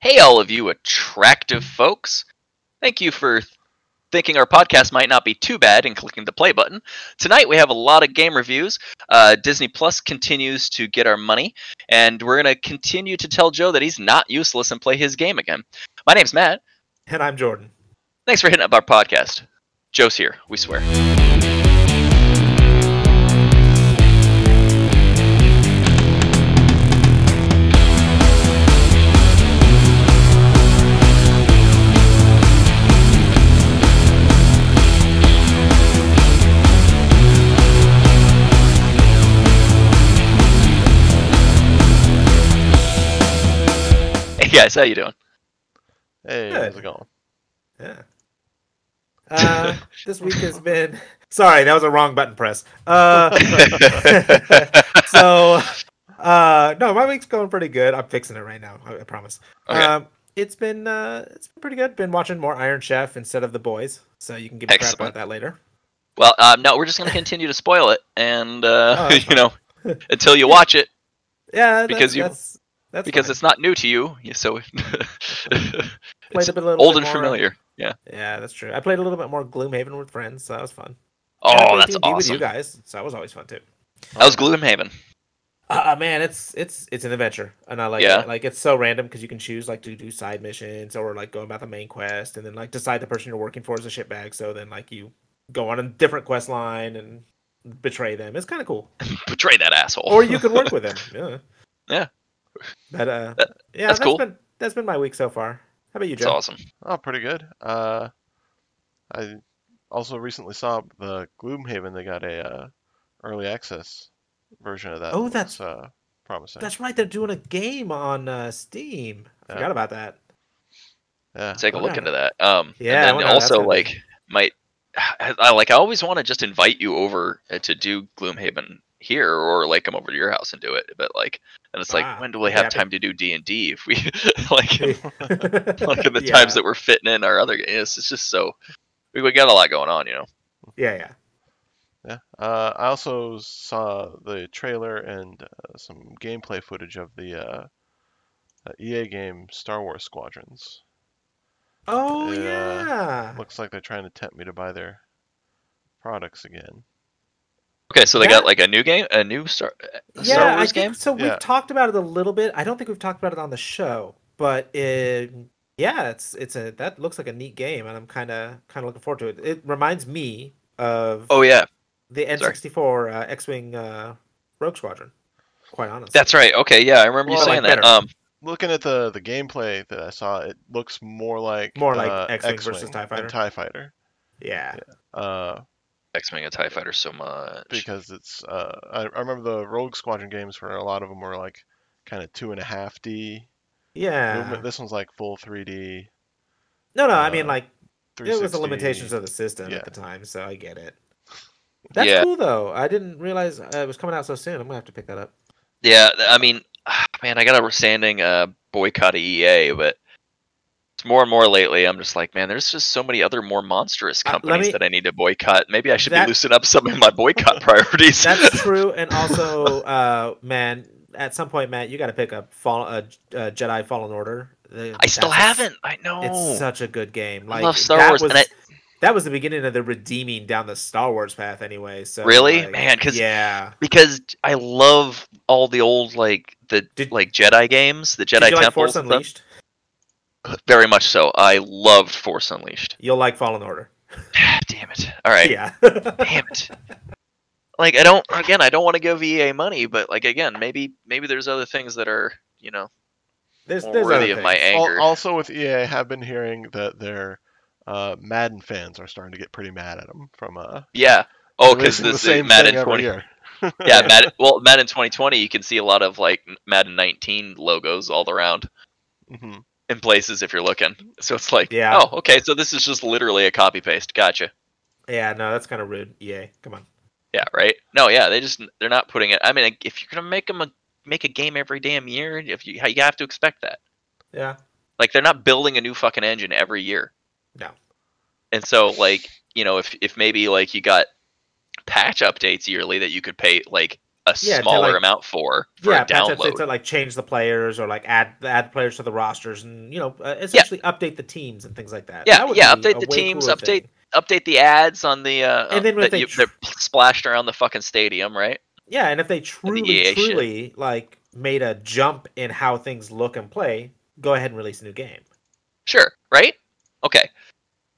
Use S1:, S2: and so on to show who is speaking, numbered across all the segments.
S1: Hey, all of you attractive folks. Thank you for th- thinking our podcast might not be too bad and clicking the play button. Tonight, we have a lot of game reviews. Uh, Disney Plus continues to get our money, and we're going to continue to tell Joe that he's not useless and play his game again. My name's Matt.
S2: And I'm Jordan.
S1: Thanks for hitting up our podcast. Joe's here, we swear. Hey, guys, how you doing?
S3: Hey, how's it going?
S2: Yeah. Uh, this week has been. Sorry, that was a wrong button press. Uh, so, uh, no, my week's going pretty good. I'm fixing it right now. I, I promise.
S1: Okay.
S2: Um, it's been uh, it's been pretty good. Been watching more Iron Chef instead of The Boys, so you can give a crap
S1: Excellent.
S2: about that later.
S1: Well, um, no, we're just going to continue to spoil it, and uh,
S2: Oh, that's
S1: you know, until you watch it,
S2: Yeah, that-
S1: Because you-
S2: that's, that's
S1: because
S2: fine.
S1: it's not new to you, yeah, so
S2: Played
S1: it's
S2: a bit- a little
S1: old and
S2: bit more-
S1: familiar. Yeah.
S2: Yeah, that's true. I played a little bit more Gloomhaven with friends, so that was fun. And I
S1: Oh,
S2: played
S1: that's
S2: D&D With you
S1: awesome.
S2: guys, so that was always fun too.
S1: That was Gloomhaven.
S2: Uh, man, it's it's it's an adventure, and I like
S1: Yeah.
S2: it. Like it's so random because you can choose like to do side missions or like go about the main quest, and then like decide the person you're working for is a shitbag. So then like you go on a different quest line and betray them. It's kind of cool,
S1: Betray that asshole.
S2: or you can work with them. Yeah.
S1: Yeah.
S2: But uh,
S1: That-
S2: yeah,
S1: that's cool.
S2: been that's been my week so far. How about you,
S1: It's
S2: Joe?
S1: awesome.
S3: Oh, pretty good. Uh, I also recently saw the Gloomhaven. They got a uh, early access version of that.
S2: Oh,
S3: It
S2: that's-
S3: looks, uh, promising.
S2: That's right, they're doing a game on uh, Steam. I
S3: Yeah.
S2: forgot about that.
S3: Yeah.
S1: Take a
S2: I
S1: look
S2: wonder
S1: into that. Um,
S2: Yeah, I
S1: and
S2: wonder
S1: then
S2: how that's
S1: also
S2: gonna be.
S1: like might I I- like I always want to just invite you over uh, to do Gloomhaven here, or like come over to your house and do it. But like, and it's like,
S2: Ah,
S1: when do we
S2: yeah,
S1: have
S2: but-
S1: time to do D and D if we like like in the
S2: Yeah.
S1: times that we're fitting in our other games? It's just so we, we got a lot going on, you know.
S2: Yeah, yeah.
S3: Yeah. Uh, I also saw the trailer and uh, some gameplay footage of the uh, uh, EA game Star Wars Squadrons.
S2: Oh
S3: Yeah.
S2: yeah.
S3: Looks like they're trying to tempt me to buy their products again.
S1: Okay, so they
S2: Yeah.
S1: got like a new game, a new Star, a
S2: yeah,
S1: Star
S2: I
S1: Wars
S2: think
S1: game.
S2: so. We've
S3: Yeah.
S2: talked about it a little bit. I don't think we've talked about it on the show, but it, yeah, it's it's a that looks like a neat game, and I'm kind of kind of looking forward to it. It reminds me of
S1: Oh yeah,
S2: the N64 uh, X-wing uh, Rogue Squadron. Quite honestly,
S1: that's right. Okay, yeah, I remember you
S3: Well,
S1: saying
S2: like,
S1: that.
S2: better.
S1: Um,
S3: looking at the the gameplay that I saw, it looks more like
S2: More like
S3: uh,
S2: X-Wing versus E TIE
S3: and E
S2: Fighter.
S3: TIE Fighter,
S2: yeah,
S3: uh,
S1: X Men and Tie E Fighter so much.
S3: because it's uh, I, I remember the Rogue Squadron games where a lot of them were like kind of two and a half D
S2: yeah.
S3: movement. This one's like full 3D.
S2: No, no, I mean
S3: uh,
S2: like it was the limitations
S3: 360.
S2: of the system
S3: Yeah.
S2: at the time, so I get it. That's
S1: Yeah.
S2: cool though. I didn't realize uh, it was coming out so soon. I'm gonna have to pick that up.
S1: Yeah, th- I mean, ah, man, I got a standing uh, boycott of EA, but it's more and more lately. I'm just like, man, there's just so many other more monstrous
S2: Uh, let
S1: companies
S2: me-
S1: that I need to boycott. Maybe I should
S2: That-
S1: be loosening up some of my boycott priorities.
S2: That's true, and also, uh, man, at some point, Matt, you got to pick up Fall, uh, uh, Jedi Fallen Order. The-
S1: I still
S2: that's-
S1: haven't. I know.
S2: It's such a good game.
S1: I
S2: Like
S1: love Star
S2: that
S1: Wars,
S2: was
S1: and I-
S2: that was the beginning of the redeeming down the Star Wars path, anyway. So
S1: Really?
S2: like,
S1: Man, 'cause-
S2: yeah,
S1: because I love all the old like the
S2: Did-
S1: like Jedi games, the Jedi
S2: Did you like
S1: temples.
S2: Force
S1: and
S2: Unleashed?
S1: stuff. Very much so. I loved Force Unleashed.
S2: You'll like Fallen Order.
S1: Damn it. All right.
S2: Yeah,
S1: damn it like i don't again i don't want to give ea money but like again maybe maybe there's other things that are you know
S2: there's,
S1: more
S2: there's other
S1: worthy of
S2: things.
S1: my
S3: Al-
S1: anger
S3: Also with EA, I have been hearing that their uh, Madden fans are starting to get pretty mad at them from uh,
S1: yeah oh because
S3: releasing the
S1: this
S3: same thing
S1: madden
S3: every
S1: 20
S3: year.
S1: yeah madden well madden 2020 you can see a lot of like madden 19 logos all around
S3: hmm
S1: in places if you're looking so it's like
S2: Yeah.
S1: oh okay so this is just literally a copy paste gotcha
S2: Yeah, no, that's kind of rude. EA, come on.
S1: yeah right no yeah they just they're not putting it i mean if you're gonna make them a make a game every damn year if you you have to expect that
S2: Yeah,
S1: Like they're not building a new fucking engine every year.
S2: No.
S1: And so like, you know, if if maybe like you got patch updates yearly that you could pay like a
S2: Yeah, to,
S1: smaller
S2: like-
S1: amount for for
S2: yeah,
S1: a
S2: patch updates
S1: download.
S2: that like change the players or like add add players to the rosters and you know uh, essentially update the teams and things like that.
S1: Yeah,
S2: That would
S1: yeah,
S2: be
S1: update
S2: a
S1: the
S2: way
S1: teams,
S2: cooler
S1: update-
S2: thing.
S1: Update the ads on the uh,
S2: And then
S1: that
S2: with a
S1: you,
S2: tr-
S1: they're splashed around the fucking stadium, right?
S2: Yeah, and if they truly
S1: EA E shit.
S2: truly like made a jump in how things look and play, go ahead and release a new game.
S1: Sure, right? Okay,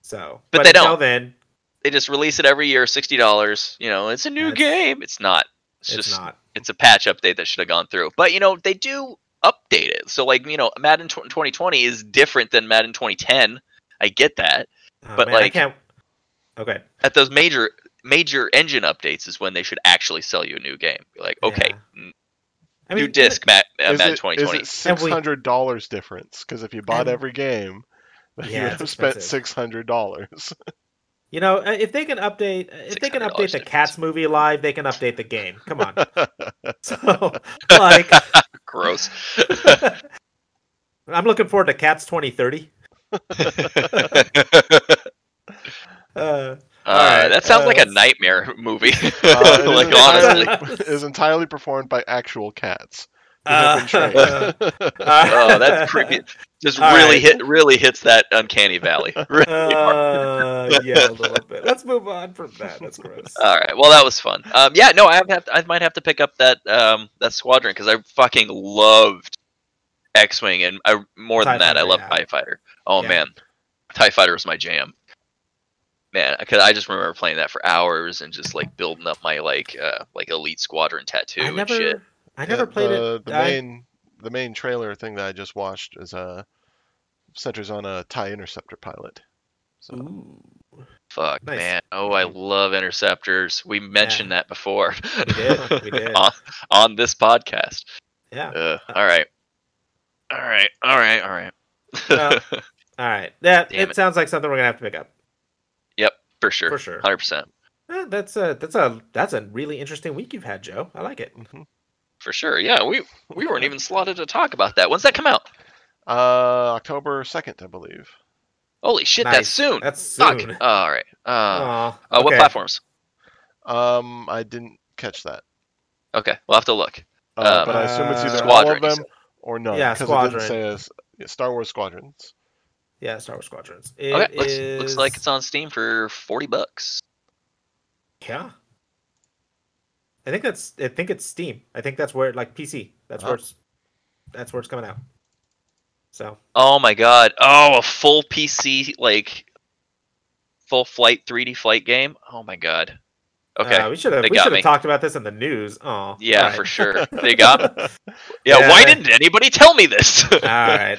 S2: So,
S1: But they
S2: until
S1: don't.
S2: Then
S1: they just release it every year, sixty dollars. You know, it's a new
S2: That's-
S1: game. It's not. It's,
S2: it's,
S1: just
S2: not.
S1: it's a patch update that should have gone through. But you know, they do update it. So like you know, Madden tw- 2020 is different than Madden 2010. I get that.
S2: Oh,
S1: but,
S2: man, I
S1: like-
S2: can't- okay,
S1: At those major major engine updates is when they should actually sell you a new game. You're like, okay,
S2: Yeah.
S1: n-
S2: I mean,
S1: new disc, Matt, uh,
S3: Is
S1: Madden
S3: it- is
S1: 2020.
S3: it
S2: And
S3: six
S2: we-
S3: hundred dollars difference? Because if you
S2: And-
S3: bought every game, then you
S2: Yeah,
S3: would
S2: it's
S3: have spent
S2: expensive.
S3: six hundred dollars.
S2: You know, uh, if they can update, uh, if they can
S1: $600
S2: update the
S1: difference.
S2: Cats movie live, they can update the game. Come on. so, like,
S1: Gross.
S2: I'm looking forward to Cats 2030. Uh,
S1: Uh,
S2: Alright,
S1: that sounds
S2: uh,
S1: like a
S2: let's-
S1: nightmare movie.
S3: Uh,
S1: like
S3: it is
S1: honestly,
S3: entirely- it is entirely performed by actual cats. who have
S2: uh,
S3: been trained.
S1: oh, that's creepy. Just
S2: All
S1: really
S2: right.
S1: hit, really hits that uncanny valley. Really hard.
S2: Uh, yeah, a little bit. Let's move on from that. That's gross.
S1: All right. Well, that was fun. Um, yeah. No, I have, have to, I might have to pick up that um, that squadron because I fucking loved X Wing and I, more than
S2: TIE
S1: that, I
S2: Fighter,
S1: love
S2: yeah.
S1: Tie Fighter. Oh
S2: Yeah.
S1: man, Tie Fighter was my jam. Man, because I just remember playing that for hours and just like building up my like uh, like elite squadron tattoo
S2: I
S1: and shit.
S2: never, I never
S3: Yeah,
S2: played
S3: the,
S2: it.
S3: The
S2: I-
S3: main, the main trailer thing that I just watched is uh, centers on a Tie Interceptor pilot. So
S2: Ooh,
S1: Fuck
S2: Nice.
S1: man. Oh, I love interceptors. We mentioned that before.
S2: we did. We did.
S1: on, on this podcast.
S2: Yeah.
S1: Uh, all right. All right. All right. All right.
S2: Well, all right. That
S1: Damn
S2: it,
S1: it.
S2: sounds like something we're gonna have to pick up
S1: for sure.
S2: for sure.
S1: Hundred percent.
S2: Eh, that's a that's a that's a really interesting week you've had, Joe. I like it.
S3: mhm.
S1: For sure. Yeah. We we weren't even slotted to talk about that. When's that come out?
S3: uh, October second, I believe.
S1: Holy shit! That's
S2: Nice.
S1: soon.
S2: That's
S1: Fuck.
S2: soon.
S1: all right. Uh,
S2: Aw,
S1: uh, What
S2: okay.
S1: platforms?
S3: Um, I didn't catch that,
S1: Okay, we'll have to look.
S3: uh,
S1: Um,
S3: but I assume it's either
S1: Squadron,
S3: all
S1: you
S3: of them or none.
S2: Yeah,
S3: 'cause it didn't
S2: Squadron.
S3: say as- yeah, Star Wars Squadrons.
S2: Yeah, Star Wars Squadrons. It
S1: Okay, looks, looks like
S2: is-
S1: it's on Steam for forty bucks.
S2: yeah. I think that's I think it's Steam. I think that's where like PC. That's
S3: Oh.
S2: where it's that's where it's coming out. So
S1: Oh my god! Oh, a full PC like full flight 3D flight game. Oh my god. Okay.
S2: uh, we should have
S1: they
S2: we
S1: got
S2: should
S1: me.
S2: have talked about this in the news. Oh
S1: yeah, for sure. They got. me. Yeah,
S2: Yeah,
S1: why
S2: they-
S1: didn't anybody tell me this?
S2: All right.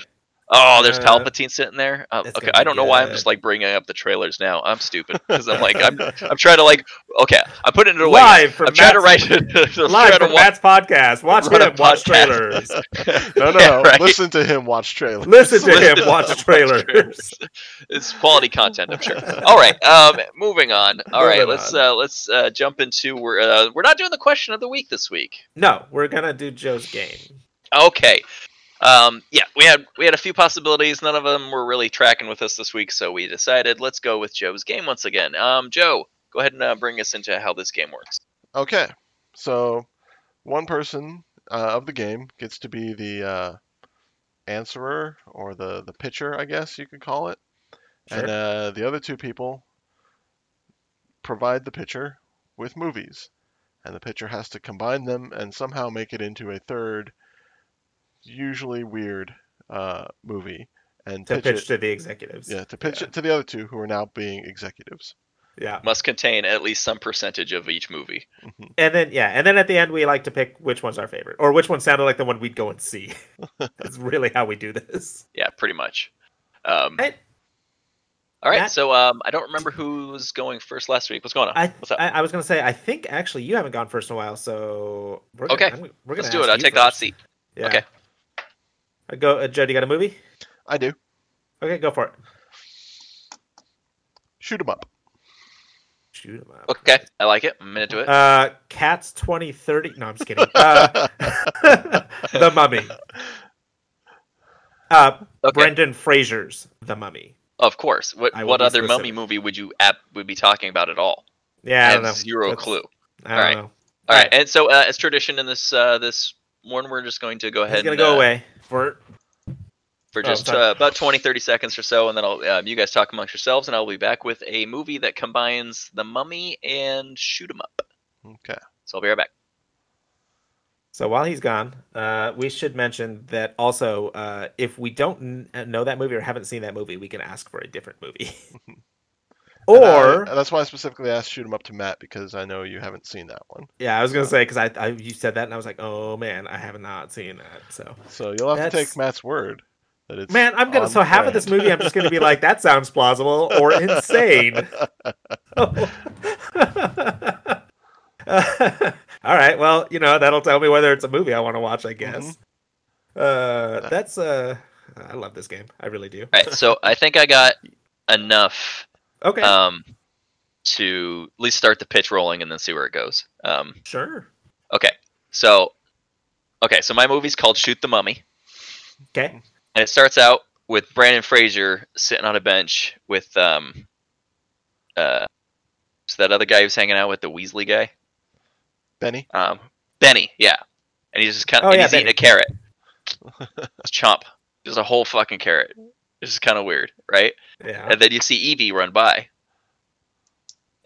S1: oh, there's
S2: Uh,
S1: Palpatine sitting there. Oh,
S2: that's
S1: okay,
S2: gonna
S1: I
S2: be
S1: don't know why I'm just
S2: good.
S1: like bringing up the trailers now. I'm stupid because I'm like I'm I'm trying to like okay I'm putting it away.
S2: Live from
S1: I'm trying to
S2: Matt's-
S1: write it. I'm
S2: live
S1: trying to
S2: from
S1: watch.
S2: Matt's podcast. Watch
S1: run a
S2: him watch
S1: podcast.
S2: trailers.
S3: No, no,
S1: Yeah, right.
S3: listen to him watch trailers.
S2: Listen to
S1: Listen
S2: him
S1: to him
S2: watch
S1: watch
S2: trailers.
S1: It's quality content, I'm sure. All right, um, moving on. All right,
S2: Moving
S1: let's
S2: on.
S1: uh, let's uh, jump into we're uh, we're not doing the question of the week this week.
S2: No, we're gonna do Joe's game.
S1: Okay. Um, yeah, we had we had a few possibilities. None of them were really tracking with us this week, so we decided let's go with Joe's game once again. Um, Joe, go ahead and uh, bring us into how this game works.
S3: Okay, so one person uh, of the game gets to be the uh, answerer or the the pitcher, I guess you could call it, and
S2: Sure.
S3: uh, the other two people provide the pitcher with movies, and the pitcher has to combine them and somehow make it into a third, usually weird uh, movie, and
S2: to
S3: pitch,
S2: pitch
S3: it.
S2: to the executives.
S3: yeah, to pitch
S2: yeah.
S3: it to the other two who are now being executives.
S2: Yeah.
S1: Must contain at least some percentage of each movie.
S2: And then yeah, and then at the end we like to pick which one's our favorite or which one sounded like the one we'd go and see. That's really how we do this.
S1: Yeah, pretty much. Um,
S2: Right.
S1: All right.
S2: Matt?
S1: So um, I don't remember who was going first last week. What's going on?
S2: I,
S1: What's up?
S2: I I was gonna say I think actually you haven't gone first in a while, so we're gonna,
S1: Okay.
S2: I'm- we're gonna
S1: Let's do it.
S2: ask
S1: I'll
S2: you
S1: take the hot
S2: first.
S1: seat.
S2: Yeah.
S1: Okay.
S2: Uh, Go, uh, Joe. Do you got a movie?
S3: I do
S2: Okay, go for it.
S3: shoot 'em up.
S2: Shoot 'em up.
S1: Okay, I like it. I'm into it.
S2: Uh, Cats twenty thirty. No, I'm just kidding. Uh, the Mummy. Uh,
S1: okay,
S2: Brendan Fraser's The Mummy.
S1: of course. What
S2: I will
S1: what
S2: be
S1: other mummy
S2: specific.
S1: movie would you ap- would be talking about at all?
S2: Yeah, I,
S1: have
S2: don't know.
S1: zero
S2: That's-
S1: clue.
S2: I don't
S1: All right.
S2: know.
S1: All right, and so uh, as tradition in this uh, this one, we're just going to go ahead
S2: It's gonna
S1: and
S2: go
S1: uh,
S2: away for
S1: for
S2: Oh,
S1: just
S2: sorry.
S1: uh, about 20, 30 seconds or so, and then I'll, um, you guys talk amongst yourselves, and I'll be back with a movie that combines The Mummy and Shoot 'Em Up.
S3: Okay.
S1: So I'll be right back.
S2: So while he's gone, uh, we should mention that also, uh, if we don't n- know that movie or haven't seen that movie, we can ask for a different movie.
S3: And I- uh,
S2: or
S3: and that's why I specifically asked shoot 'em up to Matt because I know you haven't seen that one.
S2: yeah, I was gonna say because I, I you said that and I was like, oh man, I have not seen that. So
S3: So you'll have to
S2: That's-
S3: take Matt's word that it's
S2: man, I'm gonna
S3: on
S2: so half of this
S3: brand.
S2: movie, I'm just gonna be like, that sounds plausible or insane. all right, well, you know that'll tell me whether it's a movie I want to watch. I guess.
S3: Mm-hmm.
S2: Uh, that's uh, I love this game. I really do.
S1: All right, so I think I got enough
S2: Okay.
S1: um, to at least start the pitch rolling and then see where it goes. Um,
S2: Sure.
S1: okay, so okay, so my movie's called Shoot the Mummy.
S2: Okay.
S1: and it starts out with Brandon Fraser sitting on a bench with um uh so that other guy who's hanging out with the Weasley guy
S3: Benny.
S1: um Benny yeah and he's just kind
S2: Oh,
S1: of and
S2: yeah,
S1: he's eating a carrot just chomp just a whole fucking carrot this is kind of weird right
S2: Yeah.
S1: and then you see Evie run by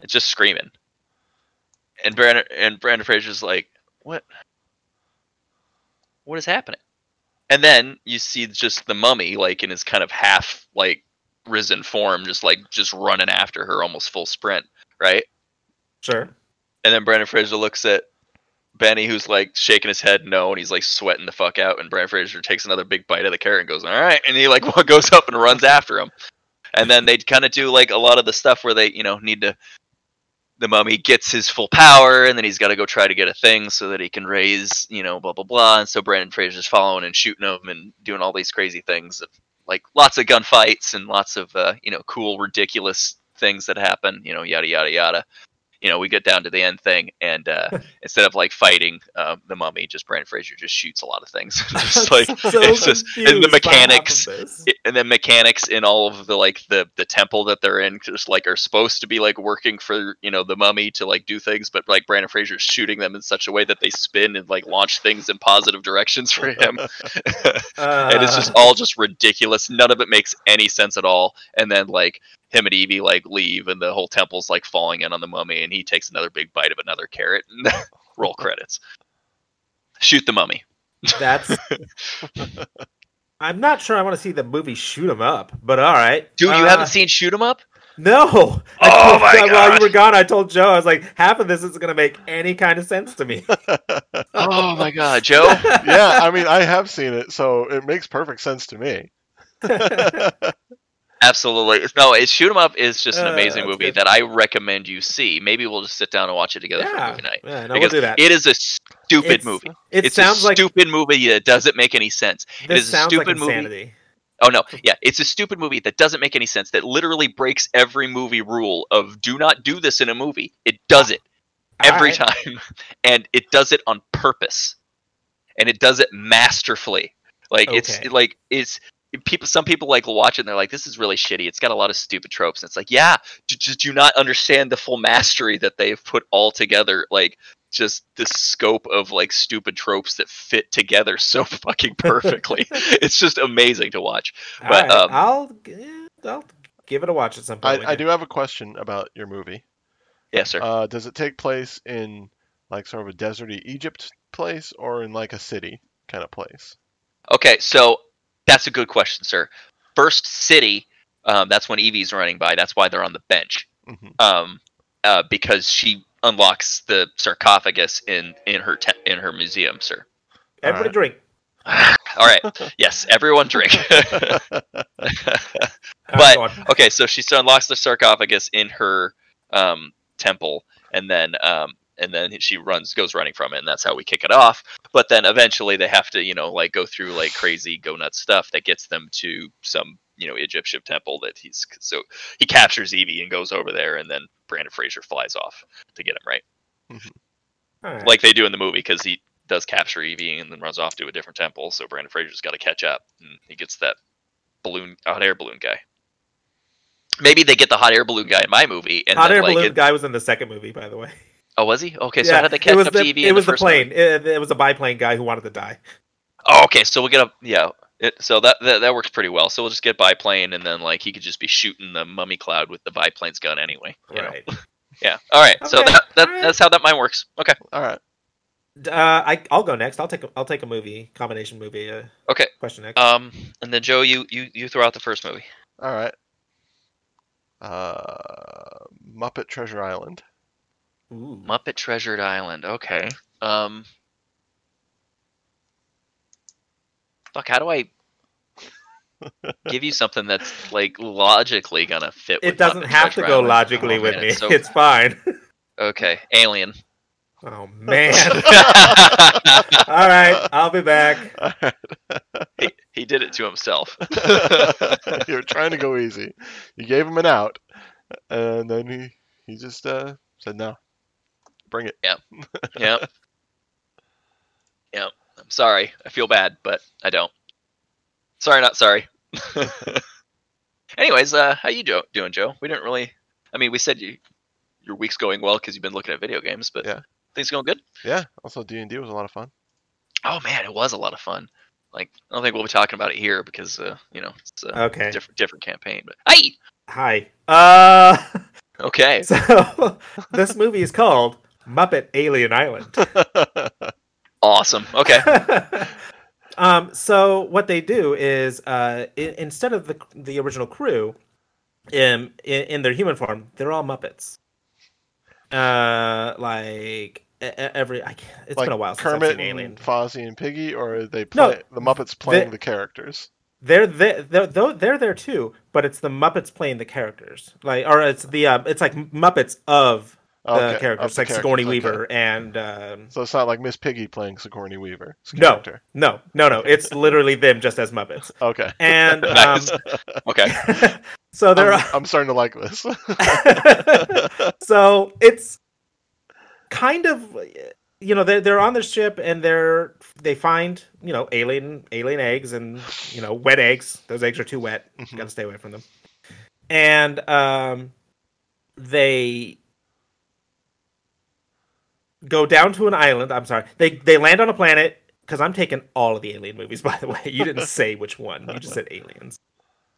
S1: it's just screaming and Brandon and Brandon Fraser's like what what is happening and then you see just the mummy like in his kind of half like risen form just like just running after her almost full sprint right
S2: Sure.
S1: and then Brandon Fraser looks at Benny, who's like shaking his head no, and he's like sweating the fuck out. And Brandon Fraser takes another big bite of the carrot and goes, "All right," and he like goes up and runs after him. And then they kind of do like a lot of the stuff where they, you know, need to. The mummy gets his full power, and then he's got to go try to get a thing so that he can raise, you know, blah blah blah. And so Brandon Fraser's following and shooting him and doing all these crazy things, like lots of gunfights and lots of uh, you know cool, ridiculous things that happen. You know, yada yada yada you know, we get down to the end thing, and uh, instead of like fighting uh, the mummy, just Brandon Fraser just shoots a lot of things, just like
S2: so
S1: it's just- and the
S2: confused by half of
S1: mechanics-
S2: this.
S1: and then mechanics in all of the like the the temple that they're in just like are supposed to be like working for you know the mummy to like do things but like brandon fraser's shooting them in such a way that they spin and like launch things in positive directions for him
S2: Uh,
S1: and it's just all just ridiculous none of it makes any sense at all and then like him and evie like leave and the whole temple's like falling in on the mummy and he takes another big bite of another carrot and roll credits shoot the mummy
S2: that's. I'm not sure I want to see the movie Shoot 'Em Up, but all right.
S1: dude you
S2: Uh,
S1: haven't seen shoot 'em up
S2: No. I
S1: Oh
S2: told-
S1: my
S2: While
S1: God.
S2: you were gone, I told Joe I was like, half of this isn't gonna make any kind of sense to me.
S1: oh my god joe
S3: yeah, I mean I have seen it, so it makes perfect sense to me.
S1: Absolutely. No, it, Shoot 'em Up is just an
S2: Uh,
S1: amazing
S2: that's
S1: movie
S2: good.
S1: that I recommend you see. Maybe we'll just sit down and watch it together for
S2: yeah.
S1: movie night.
S2: yeah, no, we'll
S1: because
S2: do that.
S1: It is a stupid
S2: It's-
S1: movie.
S2: It
S1: it's
S2: sounds
S1: a
S2: like
S1: stupid movie that doesn't make any sense. it
S2: this
S1: is a
S2: sounds like
S1: stupid movie.
S2: insanity.
S1: Oh no, yeah, it's a stupid movie that doesn't make any sense. That literally breaks every movie rule of do not do this in a movie. It does it every
S2: Alright.
S1: time, and it does it on purpose, and it does it masterfully. Like
S2: Okay.
S1: it's like it's people. Some people like watch it and they're like, "This is really shitty. It's got a lot of stupid tropes." And it's like, yeah, d- just do not understand the full mastery that they've put all together. Like just the scope of like stupid tropes that fit together so fucking perfectly. it's just amazing to watch. but,
S2: Alright,
S1: um,
S2: I'll yeah, I'll give it a watch Oh, at some point.
S3: I,
S2: with
S3: I
S2: you.
S3: do have a question about your movie.
S1: Yes, sir.
S3: Uh, does it take place in like sort of a deserty Egypt place or in like a city kind of place?
S1: Okay, so that's a good question, sir. First city, um, that's when Evie's running by. That's why they're on the bench,
S3: hmm
S1: um, uh, because she unlocks the sarcophagus in in her te- in her museum, sir.
S2: Everybody
S3: Alright.
S2: drink.
S1: All right. Yes, everyone drink.
S2: Alright,
S1: But-
S2: go on.
S1: okay, so she unlocks the sarcophagus in her um, temple, and then um, and then she runs, goes running from it, and that's how we kick it off. But then eventually they have to, you know, like go through like crazy go nuts stuff that gets them to some, you know, Egyptian temple that he's so he captures Evie and goes over there, and then Brandon Fraser flies off to get him right,
S2: Alright.
S1: like they do in the movie, because he does capture Evie and then runs off to a different temple. So Brandon Fraser's got to catch up, and he gets that balloon hot air balloon guy. Maybe they get the hot air balloon guy in my movie, and
S2: Hot
S1: then
S2: air
S1: like
S2: balloon
S1: it-
S2: guy was in the second movie, by the way.
S1: Oh, was he? Okay, so how did they catch
S2: it was
S1: up
S2: the,
S1: to Evie
S2: it
S1: in
S2: was
S1: the
S2: the,
S1: first one?
S2: plane. It, it was a biplane guy who wanted to die.
S1: Oh, okay, so we'll get a yeah. It, so that, that that works pretty well. So we'll just get biplane, and then like he could just be shooting the mummy cloud with the biplane's gun anyway. you know?
S2: Right.
S1: Yeah. All right. So
S2: Okay,
S1: that, that
S2: all right.
S1: that's how that mine works. Okay.
S3: All right.
S2: D- Uh, I I'll go next. I'll take a, I'll take a movie combination movie. Uh,
S1: Okay.
S2: Question next.
S1: Um, and then Joe, you you you throw out the first movie.
S3: All right. Uh, Muppet Treasure Island.
S2: Ooh.
S1: Muppet Treasured Island. Okay. Um. Fuck. How do I give you something that's like logically gonna fit? With
S2: It doesn't
S1: Muppet
S2: have to
S1: Treasure
S2: go
S1: Island?
S2: logically
S1: Oh,
S2: with
S1: man,
S2: me.
S1: it's so-
S2: It's fine.
S1: okay. Alien.
S2: Oh man.
S1: he,
S2: All right. I'll be back.
S3: All right.
S1: he did it to himself.
S3: You're trying to go easy. You gave him an out, and then he he just uh, said no. Bring it.
S1: Yep. Yep. I'm sorry. I feel bad, but I don't. Sorry, not sorry. Anyways, uh, how you do- doing, Joe? We didn't really. I mean, we said you your week's going well because you've been looking at video games, but
S3: Yeah.
S1: things going good.
S3: Yeah. Also, D and D was a lot of fun.
S1: Oh man, it was a lot of fun. Like I don't think we'll be talking about it here because uh, you know it's a
S2: Okay.
S1: different different campaign. But hey,
S2: Hi. Uh.
S1: okay,
S2: So this movie is called Muppet Alien Island.
S1: awesome. Okay,
S2: um, so what they do is uh, i- instead of the the original crew, in, in in their human form, they're all Muppets. Uh, like e- e- every I can't, It's been a while since I've
S3: Kermit
S2: seen Alien.
S3: and Fozzie and Piggy, or are they
S2: No,
S3: play the Muppets playing
S2: they-
S3: the characters.
S2: They're there, they're, they're they're there too, but it's the Muppets playing the characters, like or it's the uh, it's like Muppets of the
S3: Okay, of
S2: characters,
S3: the
S2: like Sigourney
S3: characters, okay.
S2: Weaver and um,
S3: So it's not like Miss Piggy playing Sigourney Weaver. It's a
S2: No.
S3: character.
S2: no, no, no, it's literally them just as Muppets,
S3: Okay.
S2: and um,
S1: Nice. okay.
S2: so they're
S3: I'm, I'm starting to like this.
S2: so it's kind of you know they're, they're on their ship and they're they find you know alien alien eggs and you know wet eggs those eggs are too wet
S3: Mhm.
S2: gotta stay away from them and um they go down to an island i'm sorry they they land on a planet because i'm taking all of the alien movies by the way you didn't say which one you just said aliens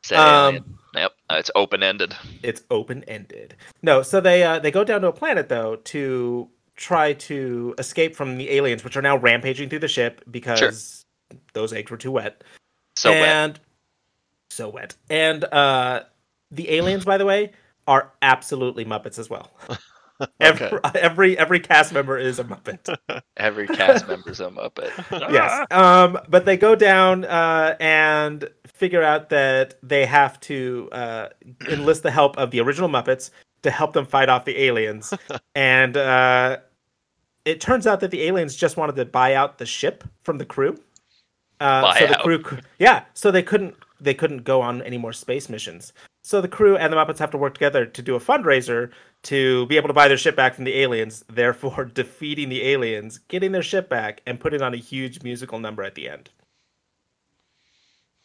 S1: Said
S2: Um,
S1: alien. Yep, uh, it's open ended.
S2: it's open ended. No, so they uh, they go down to a planet though to try to escape from the aliens, which are now rampaging through the ship because those eggs were too wet.
S1: So wet.
S2: and so wet. And uh, the aliens, by the way, are absolutely Muppets as well. every, every every cast member is a Muppet.
S1: Every cast member's a Muppet. Ah.
S2: yes. Um, but they go down uh, and figure out that they have to uh, enlist the help of the original Muppets to help them fight off the aliens. and uh, it turns out that the aliens just wanted to buy out the ship from the crew. Uh,
S1: Buy
S2: so the
S1: out.
S2: crew, cou- yeah. So they couldn't they couldn't go on any more space missions. So the crew and the Muppets have to work together to do a fundraiser to be able to buy their ship back from the aliens, therefore defeating the aliens, getting their ship back, and putting on a huge musical number at the end.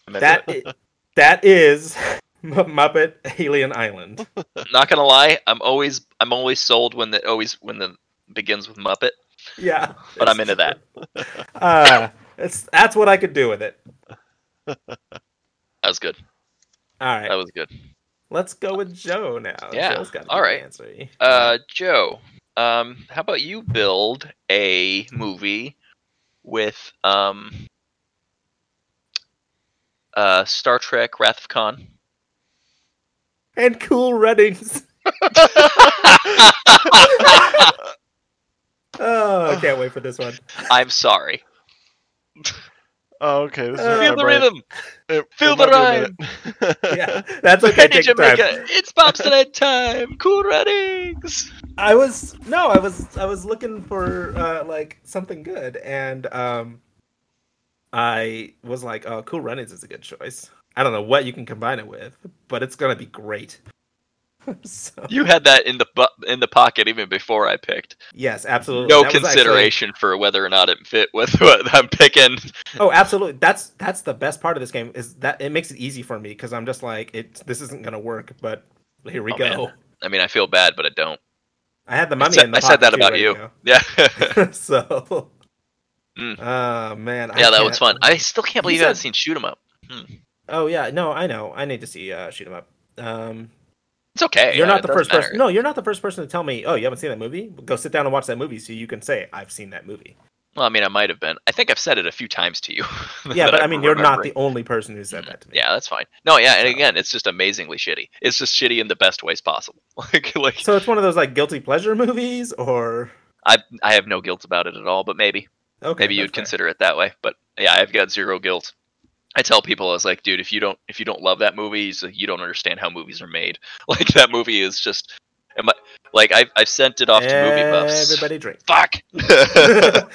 S1: And that's
S2: That
S1: it.
S2: i- that is Muppet Alien Island.
S1: not gonna lie, I'm always I'm always sold when the always when the begins with Muppet,
S2: Yeah,
S1: but I'm into that.
S2: Uh, it's that's what I could do with it.
S1: That was good.
S2: All right,
S1: That was good.
S2: let's go with Joe now.
S1: Yeah,
S2: Joe's got a
S1: all
S2: good
S1: right.
S2: Answer.
S1: Uh, Joe, um, how about you build a movie with um, uh, Star Trek: Wrath of Khan?
S2: And cool runnings. Oh, I can't wait for this one.
S1: I'm sorry.
S3: Oh, okay. This is
S2: Uh,
S3: in
S1: Feel
S3: my
S1: the
S3: brain.
S1: rhythm.
S3: It-
S1: Feel
S3: it
S1: the
S3: might be a minute.
S2: Yeah, that's okay.
S1: Penny
S2: Take your time.
S1: Jamaica. It's bobsled time. Cool runnings.
S2: I was no, I was I was looking for uh, like something good, and um, I was like, "Oh, Cool Runnings is a good choice." I don't know what you can combine it with, but it's gonna be great. so,
S1: You had that in the bu- in the pocket even before I picked.
S2: yes, absolutely.
S1: no
S2: Mm, That was actually-
S1: consideration for whether or not it fit with what I'm picking.
S2: oh, absolutely. That's that's the best part of this game is that it makes it easy for me because I'm just like, it. This isn't gonna work, but here we
S1: Oh,
S2: go.
S1: man. I mean, I feel bad, but I don't.
S2: I had the mummy.
S1: said-
S2: in the
S1: I said that
S2: pocket, too,
S1: about
S2: right
S1: you.
S2: now.
S1: Yeah.
S2: so.
S1: Mm.
S2: Oh man. I
S1: yeah, that was fun.
S2: can't-
S1: I still can't believe
S2: He's
S1: you haven't
S2: a-
S1: seen Shoot 'em Up.
S2: Oh yeah, no, I know. I need to see uh, shoot 'em up. Um,
S1: It's okay.
S2: you're
S1: uh,
S2: not
S1: it
S2: the
S1: doesn't
S2: first
S1: matter.
S2: person. No, you're not the first person to tell me. Oh, you haven't seen that movie? Well, Go sit down and watch that movie so you can say I've seen that movie.
S1: Well, I mean, I might have been. I think I've said it a few times to you.
S2: Yeah,
S1: that
S2: but I
S1: I'm
S2: mean, you're not
S1: remembering.
S2: the only person who said that to me.
S1: Yeah, that's fine. No, yeah, and
S2: So-
S1: again, it's just amazingly shitty. It's just shitty in the best ways possible. like, like
S2: So it's one of those like guilty pleasure movies, or
S1: I, I have no guilt about it at all. But maybe,
S2: okay,
S1: maybe you'd
S2: that's fair.
S1: consider it that way. But yeah, I've got zero guilt. I tell people, I was like, dude, if you don't, if you don't love that movie, he's like, you don't understand how movies are made. Like that movie is just, am I, like I've, I've sent it off to movie buffs.
S2: Everybody drink.
S1: Fuck.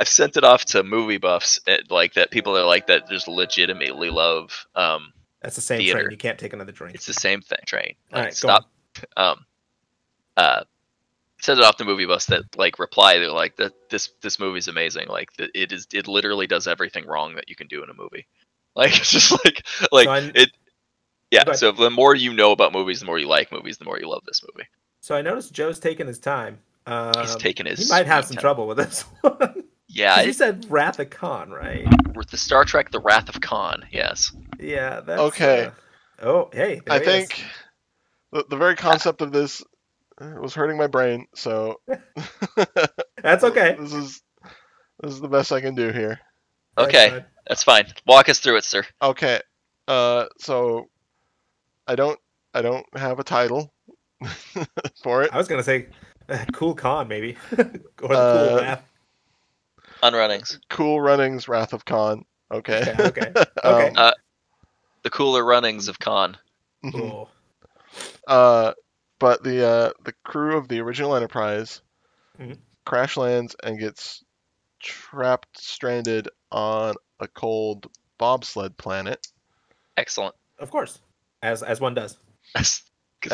S1: I've sent it off to movie buffs, at, like that people that like that just legitimately love. Um,
S2: That's the same
S1: Theater.
S2: train. You can't take another drink.
S1: it's the same thing, train.
S2: All
S1: Like,
S2: right, go on.
S1: stop. Um, uh, sends it off the movie bus that like reply. They're like that. This this movie's amazing. Like the, it is. It literally does everything wrong that you can do in a movie. Like it's just like like
S2: so, I,
S1: it. Yeah.
S2: Go ahead.
S1: So the more you know about movies, the more you like movies, the more you love this movie.
S2: so I noticed Joe's taking his time. Um,
S1: He's taking his.
S2: He might have some
S1: sweet time.
S2: trouble with this one.
S1: Yeah.
S2: you
S1: It,
S2: said Wrath of Khan, right?
S1: with the Star Trek: The Wrath of Khan. Yes.
S2: Yeah. That's,
S3: Okay.
S2: uh, oh, hey. there
S3: I
S2: he is.
S3: think the, the very concept of this uh, was hurting my brain, so
S2: that's okay.
S3: This is this is the best I can do here.
S2: That's
S1: Okay.
S2: fine.
S1: That's fine. Walk us through it, sir.
S3: Okay. Uh, so I don't I don't have a title for it.
S2: I was gonna say, uh, cool con maybe, or the cool
S3: Uh,
S2: Wrath.
S1: On runnings.
S3: Cool Runnings Wrath of Khan. Okay.
S2: Okay. Okay. okay.
S1: Uh, The cooler runnings of Khan.
S3: Um,
S2: cool.
S3: uh, but the uh, the crew of the original Enterprise
S2: Mhm.
S3: crash lands and gets trapped stranded on a cold bobsled planet.
S1: Excellent.
S2: Of course, as as one does.
S1: Because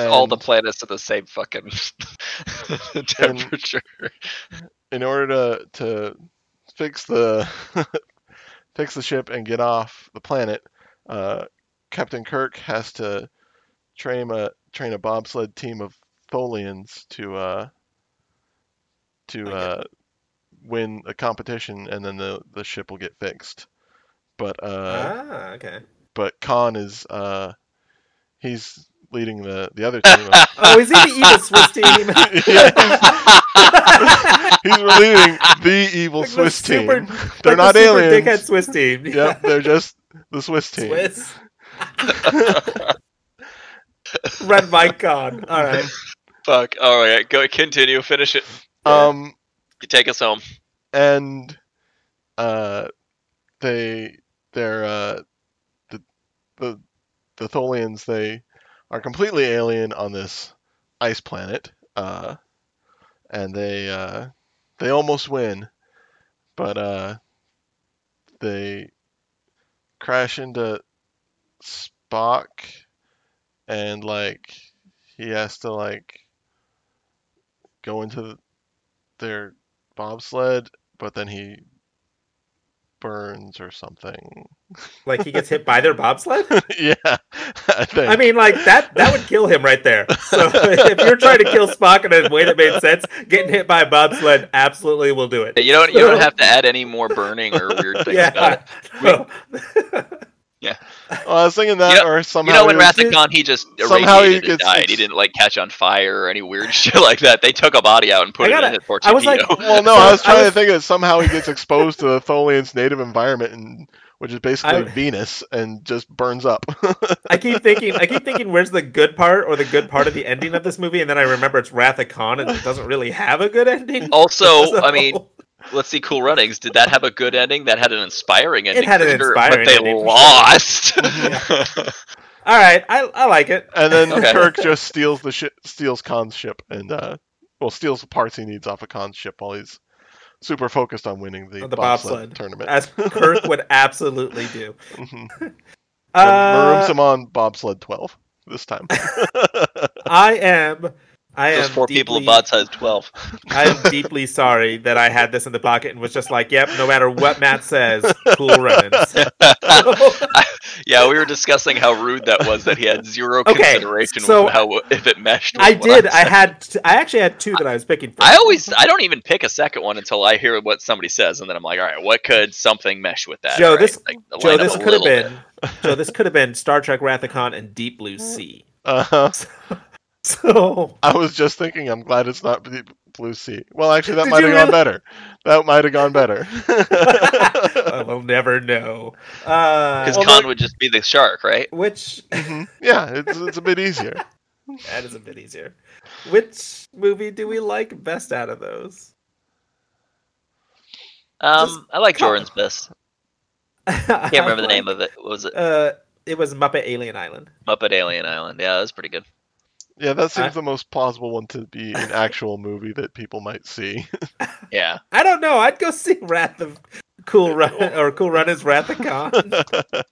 S1: all the
S3: And-
S1: planets are the same fucking temperature.
S3: in order to to fix the fix the ship and get off the planet, uh, Captain Kirk has to train a train a bobsled team of Tholians to uh, to
S2: Okay.
S3: uh, win a competition, and then the the ship will get fixed. But uh,
S2: ah, okay.
S3: but Khan is uh, he's leading the the other team. of-
S2: Oh, is he the evil Swiss team?
S3: he's leading the evil
S2: Like the
S3: Swiss
S2: super-
S3: team.
S2: like
S3: They're
S2: the
S3: not
S2: super
S3: aliens.
S2: Dickhead Swiss team.
S3: yep, they're just the Swiss team.
S2: Swiss. Red mic con. All right.
S1: Fuck. All right. Go continue. Finish it.
S3: Um,
S1: You take us home.
S3: and uh, they they're uh, the the the Tholians. They are completely alien on this ice planet, uh, and they uh, they almost win, but uh, they crash into Spock, and like he has to like go into their bobsled, but then he burns or something.
S2: Like he gets hit by their bobsled.
S3: yeah, I think.
S2: I mean, like that—that would kill him right there. So if you're trying to kill Spock in a way that made sense, getting hit by a bobsled absolutely will do it.
S1: You don't. You don't have to add any more burning or weird things about it.
S2: Yeah. No.
S3: Well, I was thinking that,
S1: You know-
S3: or
S1: You
S3: somehow
S1: know, in
S3: he was-
S1: Wrath of Khan, he just
S3: Somehow he
S1: irradiated and
S3: gets-
S1: died. He didn't like catch on fire or any weird shit like that. They took a body out and put
S2: I
S1: it in
S2: gotta-
S1: a torpedo.
S2: I was like-
S3: well, no,
S2: So
S3: I was
S2: I
S3: trying to
S2: was-
S3: think that somehow he gets exposed to the Tholian's native environment, and which is basically
S2: I-
S3: Venus, and just burns up.
S2: I keep thinking, I keep thinking, where's the good part or the good part of the ending of this movie? And then I remember it's Wrath of Khan, and it doesn't really have a good ending.
S1: also, Oh, I
S2: So-
S1: mean, let's see, Cool Runnings. Did that have a good ending? That had an inspiring ending.
S2: had
S1: for
S2: an
S1: sure,
S2: inspiring
S1: but they
S2: ending for sure.
S1: lost.
S2: all right, I, I like it.
S3: and then
S1: Okay.
S3: Kirk just steals the shi steals Khan's ship, and uh, well, steals the parts he needs off of Khan's ship while he's super focused on winning the,
S2: Oh, the
S3: bobsled,
S2: bobsled.
S3: tournament.
S2: As Kirk would absolutely do.
S3: Mhm. And
S2: Uh,
S3: Maroons him on bobsled twelve this time.
S2: I am I
S1: Those
S2: am
S1: four people
S2: deeply-
S1: about size 12.
S2: I am deeply sorry that I had this in the pocket and was just like, "Yep, no matter what Matt says, cool runnings."
S1: yeah, we were discussing how rude that was that he had zero
S2: Okay,
S1: consideration
S2: so
S1: with how if it meshed. With
S2: I
S1: what
S2: did.
S1: said.
S2: I had. t- I actually had two that I was picking. From.
S1: I always I don't even pick a second one until I hear what somebody says, and then I'm like, all right, what could something mesh with that?
S2: Joe,
S1: right?
S2: this-
S1: Like, the
S2: Joe,
S1: lineup
S2: this
S1: a
S2: could have
S1: little bit.
S2: been. Joe, this could have been Star Trek Rathacon and Deep Blue Sea.
S3: Uh-huh.
S2: So
S3: I was just thinking, I'm glad it's not the Blue Sea. Well, actually, that
S2: Did
S3: might
S2: you
S3: have gone better. That might have gone better.
S2: I will never know. Uh,
S1: because
S3: Well,
S1: Khan
S3: look-
S1: would just be the shark, right?
S2: which
S3: Mhm. Yeah, it's, it's a bit easier.
S2: that is a bit easier. Which movie do we like best out of those?
S1: Um,
S2: Just
S1: I like
S2: Khan.
S1: Jordan's best.
S2: I
S1: Can't remember the name of it. What was it?
S2: Uh, it was Muppet Alien Island.
S1: Muppet Alien Island. Yeah, that was pretty good.
S3: Yeah, that seems
S2: I-
S3: the most plausible one to be an actual movie that people might see.
S1: Yeah,
S2: I don't know. I'd go see Wrath of Cool Run or Cool Run is Wrath of Khan.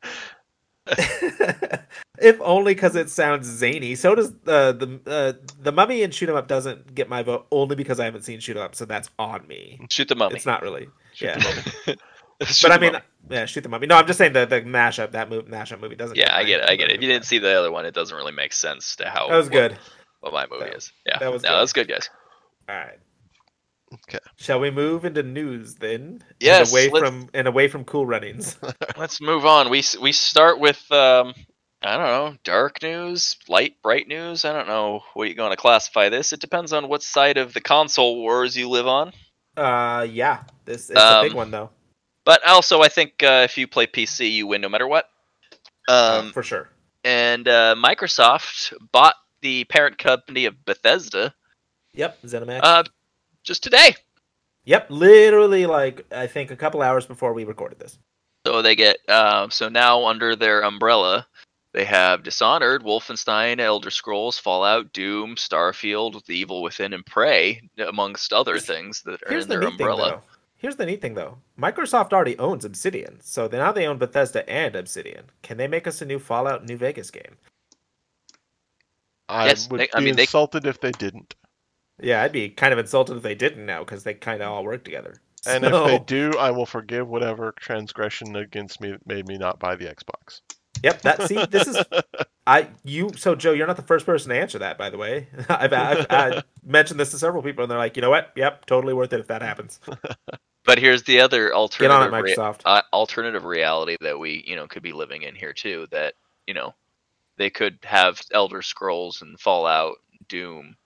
S2: if only because it sounds zany. So does uh, the uh, the Mummy and Shoot 'Em Up doesn't get my vote only because I haven't seen Shoot 'Em Up, so that's on me.
S1: shoot the mummy.
S2: It's not really, yeah.
S1: Shoot
S2: but I
S1: the
S2: mean,
S1: mummy.
S2: yeah, Shoot the Mummy. No, I'm just saying the the mashup that move mashup movie doesn't.
S1: yeah, I
S2: my
S1: get it. I get it.
S2: vote.
S1: If you didn't see the other one, it doesn't really make sense to how
S2: That was
S1: what-
S2: good.
S1: What, my movie
S2: That-
S1: is. Yeah,
S2: that was
S1: no,
S2: good.
S1: that's good, guys.
S2: All right.
S3: Okay.
S2: Shall we move into news then?
S1: Yes,
S2: And away
S1: let's-
S2: from and away from cool runnings.
S1: Let's move on. We s- we start with um, I don't know, dark news, light, bright news. I don't know what you're going to classify this. It depends on what side of the console wars you live on.
S2: Uh, yeah. This is a big
S1: Um,
S2: one though,
S1: But also, I think uh, if you play PC, you win no matter what.
S2: uh,
S1: Um,
S2: for sure.
S1: and uh, Microsoft bought the parent company of Bethesda
S2: Yep, ZeniMax.
S1: uh, just today,
S2: yep, literally like I think a couple hours before we recorded this.
S1: so they get um, so now under their umbrella. They have Dishonored, Wolfenstein, Elder Scrolls, Fallout, Doom, Starfield, The Evil Within, and Prey, amongst other things that are
S2: Here's
S1: in
S2: the
S1: their
S2: neat
S1: umbrella.
S2: thing though. Here's the neat thing though. Microsoft already owns Obsidian, so they- now they own Bethesda and Obsidian. Can they make us a new Fallout New Vegas game?
S3: I
S1: Yes,
S3: would
S1: they-
S3: be
S1: I mean, they-
S3: insulted if they didn't.
S2: Yeah, I'd be kind of insulted if they didn't now because they kind of all work together.
S3: And
S2: So-
S3: if they do, I will forgive whatever transgression against me that made me not buy the Xbox.
S2: Yep. That see, this is I you. So Joe, you're not the first person to answer that, by the way. I've, I've, i mentioned this to several people, and they're like, you know what? Yep, totally worth it if that happens.
S1: But here's the other
S2: Get on it,
S1: alternative rea-
S2: Microsoft.
S1: uh, alternative reality that we you know could be living in here too that you know they could have elder scrolls and fallout doom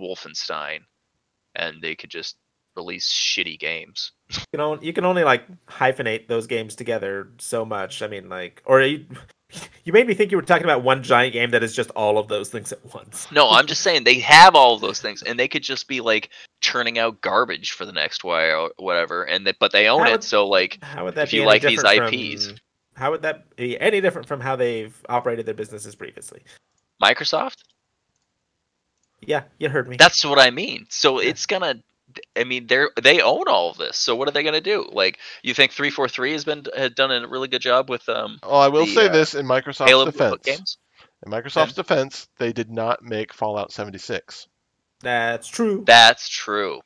S1: wolfenstein and they could just release shitty games
S2: You know, you can only like hyphenate those games together so much. I mean, like, or you, you made me think you were talking about one giant game that is just all of those things at once.
S1: no i'm just saying they have all of those things and they could just be like churning out garbage for the next while whatever and they, but they own
S2: That
S1: it
S2: would-
S1: so like
S2: How would that
S1: If
S2: be
S1: you
S2: any
S1: like these
S2: different
S1: IPs.
S2: From, how would that be any different from how they've operated their businesses previously?
S1: microsoft
S2: Yeah, you heard me.
S1: That's what I mean. So
S2: Yeah.
S1: it's gonna. I mean, they're they own all of this. So what are they gonna do? Like, you think three four three has been had done a really good job with um
S3: Oh, I will
S1: The,
S3: say
S1: uh,
S3: this in Microsoft's
S1: Halo
S3: defense.
S1: games?
S3: In Microsoft's defense, they did not make Fallout 76.
S2: That's true.
S1: That's true.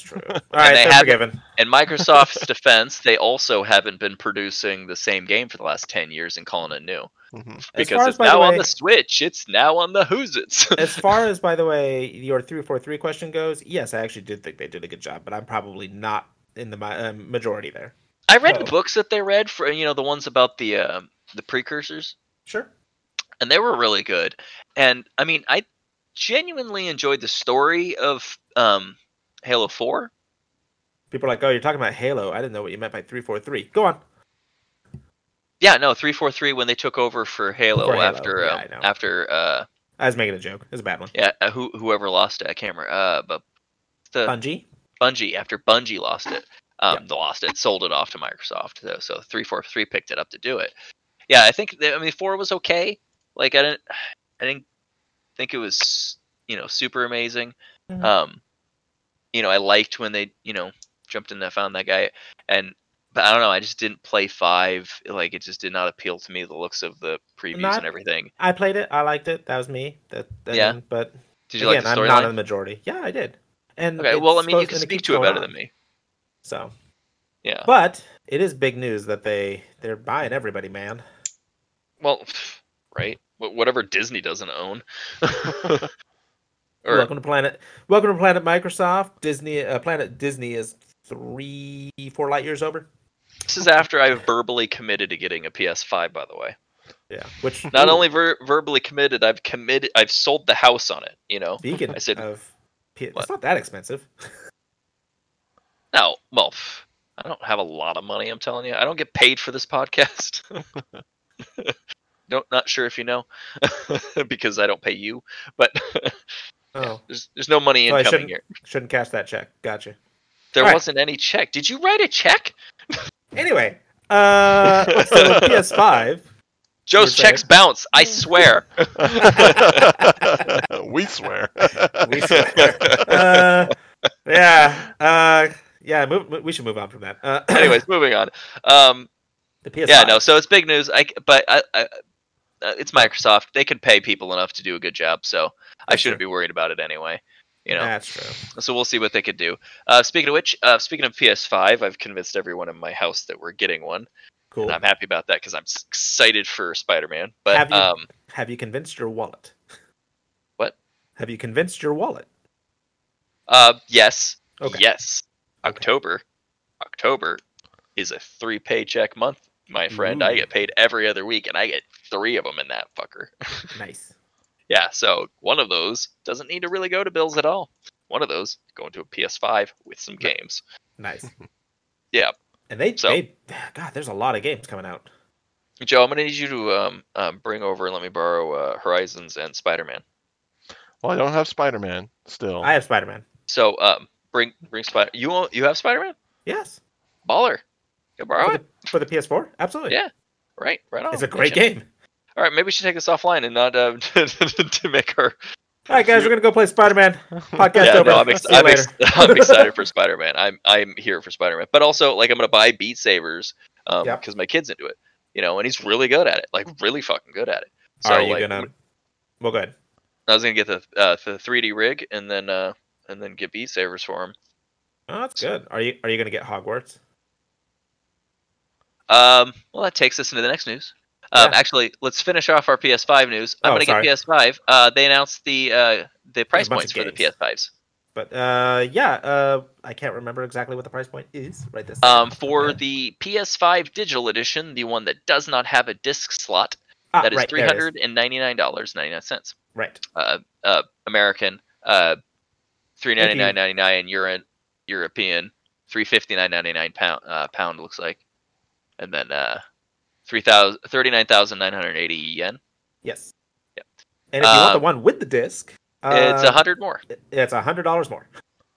S2: true. All right,
S1: they
S2: they're
S1: haven't-
S2: forgiven.
S1: In Microsoft's defense, they also haven't been producing the same game for the last ten years and calling it new
S3: hmm
S2: As
S1: because
S2: far as,
S1: it's
S2: by the
S1: now on
S2: way-
S1: the Switch. It's now on the Who's It's.
S2: as far as by the way your 343 question goes yes i actually did think they did a good job but i'm probably not in the mi- uh, majority there
S1: I read the
S2: so-
S1: books that they read for you know the ones about the uh, the precursors.
S2: sure
S1: and they were really good. And I mean, I genuinely enjoyed the story of um, Halo Four.
S2: people are like oh you're talking about halo i didn't know what you meant by 343 go on
S1: Yeah, no, three four three when they took over for Halo,
S2: For Halo,
S1: after
S2: yeah,
S1: um,
S2: I know.
S1: after uh,
S2: i was making a joke it's a bad one
S1: yeah uh, who whoever lost it, I can't remember. Uh, but the
S2: bungie
S1: Bungie after Bungie lost it, um,
S2: Yeah.
S1: they lost it, sold it off to Microsoft. So, so three four three picked it up to do it. Yeah, I think that, I mean four was okay. Like I didn't, I didn't think it was you know super amazing.
S2: Mhm.
S1: Um, you know I liked when they you know jumped in there found that guy and but I don't know I just didn't play five like it just did not appeal to me the looks of the previews
S2: Not-
S1: and everything.
S2: i played it i liked it that was me that, that
S1: Yeah.
S2: one, but
S1: Did you
S2: Again,
S1: like the
S2: I'm not in
S1: storyline?
S2: the majority. Yeah, I did. And
S1: Okay,
S2: it's
S1: well, I mean, you
S2: supposed-
S1: can
S2: and
S1: speak
S2: keeps
S1: to it
S2: going
S1: better
S2: on.
S1: than me.
S2: So,
S1: Yeah.
S2: but it is big news that they they're buying everybody, man.
S1: Well, right. Wh- Whatever Disney doesn't own. or
S2: welcome to planet. Welcome to planet Microsoft. Disney. Uh, planet Disney is three, four light years over.
S1: this is after I've verbally committed to getting a PS5, by the way.
S2: Yeah. Which
S1: Not
S2: ooh,
S1: only ver- verbally committed, I've committed. I've sold the house on it. You know.
S2: speaking
S1: I said-
S2: of, P-
S1: What?
S2: it's not that expensive.
S1: No. Well, pff, I don't have a lot of money. I'm telling you, I don't get paid for this podcast. don't. Not sure if you know, because I don't pay you. But
S2: Oh,
S1: there's, there's no money
S2: So I
S1: incoming
S2: shouldn't-
S1: here.
S2: shouldn't cash that check. Gotcha.
S1: There
S2: Alright.
S1: wasn't any check. Did you write a check?
S2: Anyway, uh, so the PS5.
S1: Joe's
S2: You're saying-
S1: checks bounce. I swear.
S3: we swear.
S2: We uh, yeah, uh, yeah. Move, we should move on from that. Uh,
S1: Anyways, moving on. Um,
S2: the PS5.
S1: yeah, no. So it's big news. I c- but I, I, uh, it's Microsoft. They can pay people enough to do a good job, so I
S2: That's
S1: shouldn't
S2: true.
S1: be worried about it anyway. You know.
S2: That's true.
S1: So we'll see what they could do. Uh, speaking of which, uh, speaking of PS5, I've convinced everyone in my house that we're getting one,
S2: Cool.
S1: and I'm happy about that because I'm s- excited for Spider-Man. But
S2: Have you-
S1: um,
S2: Have you convinced your wallet?
S1: What?
S2: Have you convinced your wallet?
S1: uh, yes,
S2: Okay.
S1: yes, October, October is a three paycheck month, my friend. I
S2: Ooh.
S1: get paid every other week, and I get three of them in that fucker.
S2: Nice.
S1: Yeah, so one of those doesn't need to really go to bills at all. One of those going to a PS5 with some
S2: Yeah.
S1: games.
S2: Nice.
S1: Yeah.
S2: And they,
S1: So-
S2: they, God, there's a lot of games coming out.
S1: Joe, I'm gonna need you to um, um, bring over and let me borrow uh, Horizons and Spider Man.
S3: well, I don't have Spider-Man still.
S2: I have Spider Man.
S1: So um, bring bring Spider. You own, you have Spider Man?
S2: Yes.
S1: Baller. You borrow
S2: for,
S1: it.
S2: the, for the PS4? Absolutely.
S1: Yeah, Right, right on.
S2: It's a great
S1: Gotcha.
S2: game.
S1: All right, maybe we should take this offline and not uh, to make our.
S2: All right, guys, we're going to go play Spider Man. Podcast
S1: Yeah,
S2: over.
S1: no, I'm, ex-
S2: See you
S1: I'm,
S2: later.
S1: ex- I'm excited for Spider Man. I'm I'm here for Spider Man, but also like I'm gonna buy Beat Sabers because
S2: Yep.
S1: my kid's into it, you know, and he's really good at it, like really fucking good at it. So
S2: Are you
S1: like,
S2: going to? Well, good.
S1: I was gonna get the uh, the 3D rig and then uh, and then get Beat Sabers for him.
S2: Oh, that's good. Are you are you going to get Hogwarts?
S1: Um, well, that takes us into the next news. Um,
S2: Yeah.
S1: Actually, let's finish off our PS5 news. I'm
S2: Oh,
S1: gonna
S2: sorry.
S1: get PS5. Uh, they announced the uh, the price
S2: bunch
S1: points
S2: of
S1: for the
S2: games.
S1: PS5s.
S2: But uh, yeah, uh, I can't remember exactly what the price point is right this
S1: Um, for
S2: Yeah.
S1: the PS5 Digital Edition, the one that does not have a disc slot,
S2: Ah,
S1: that is
S2: right, there
S1: three
S2: it
S1: hundred and ninety nine dollars ninety nine cents.
S2: Right.
S1: Uh, uh, American, uh, three ninety
S2: Thank you.
S1: nine ninety nine Euro- European, three fifty nine ninety nine pound uh, pound looks like, and then uh, three thousand thirty nine thousand nine hundred eighty yen.
S2: Yes.
S1: Yep.
S2: And if you want the
S1: Um,
S2: one with the disc,
S1: it's a
S2: uh,
S1: hundred more,
S2: it's a hundred dollars more.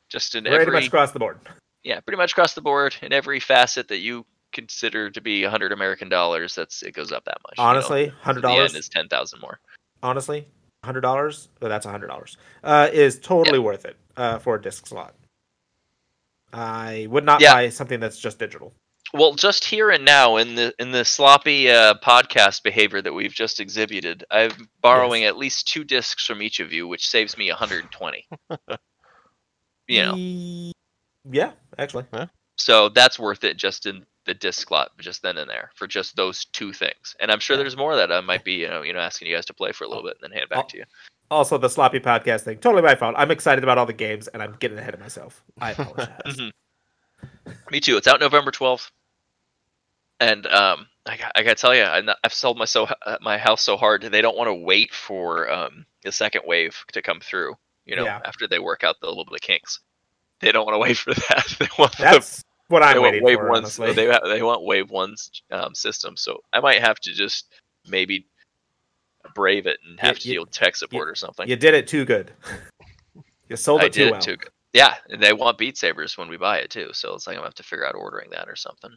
S1: just in
S2: Pretty
S1: every
S2: much across the board.
S1: yeah, pretty much across the board in every facet that you consider to be hundred American dollars. That's it goes up that much. you know.
S2: Honestly, hundred
S1: the yen
S2: dollars.
S1: is ten thousand more.
S2: honestly, hundred dollars. Oh, that's hundred dollars. Uh, is totally worth it uh, for a disc slot. I would not
S1: Yeah.
S2: buy something that's just digital.
S1: Well, just here and now, in the in the sloppy uh, podcast behavior that we've just exhibited, I'm borrowing at least two discs from each of you, which saves me 120. you know,
S2: E- Yeah, actually.
S1: so that's worth it just in the disc lot, just then and there, for just those two things. And I'm sure
S2: Yeah.
S1: there's more that I might be, you know, you know, asking you guys to play for a little bit and then hand back
S2: Oh.
S1: to you.
S2: Also, the sloppy podcast thing. Totally my fault. I'm excited about all the games, and I'm getting ahead of myself. I apologize.
S1: Mhm. Me too. It's out November 12th. And um, I, got- I gotta tell you, I'm not, I've sold my so uh, my house so hard. They don't want to wait for um, the second wave to come through. You know,
S2: Yeah.
S1: after they work out the little bit of kinks, they don't want to wait for that. they want the-
S2: That's what
S1: they
S2: I'm
S1: want
S2: waiting
S1: wave
S2: for.
S1: one's
S2: honestly.
S1: they ha- they want wave one's um, system. So I might have to just maybe brave it and
S2: Yeah,
S1: have to
S2: you-
S1: deal with tech support or something.
S2: You did it too good. you sold it
S1: I
S2: too
S1: did
S2: well.
S1: it too good. Yeah, and they want Beat Sabers when we buy it too, so it's like I'm gonna have to figure out ordering that or something.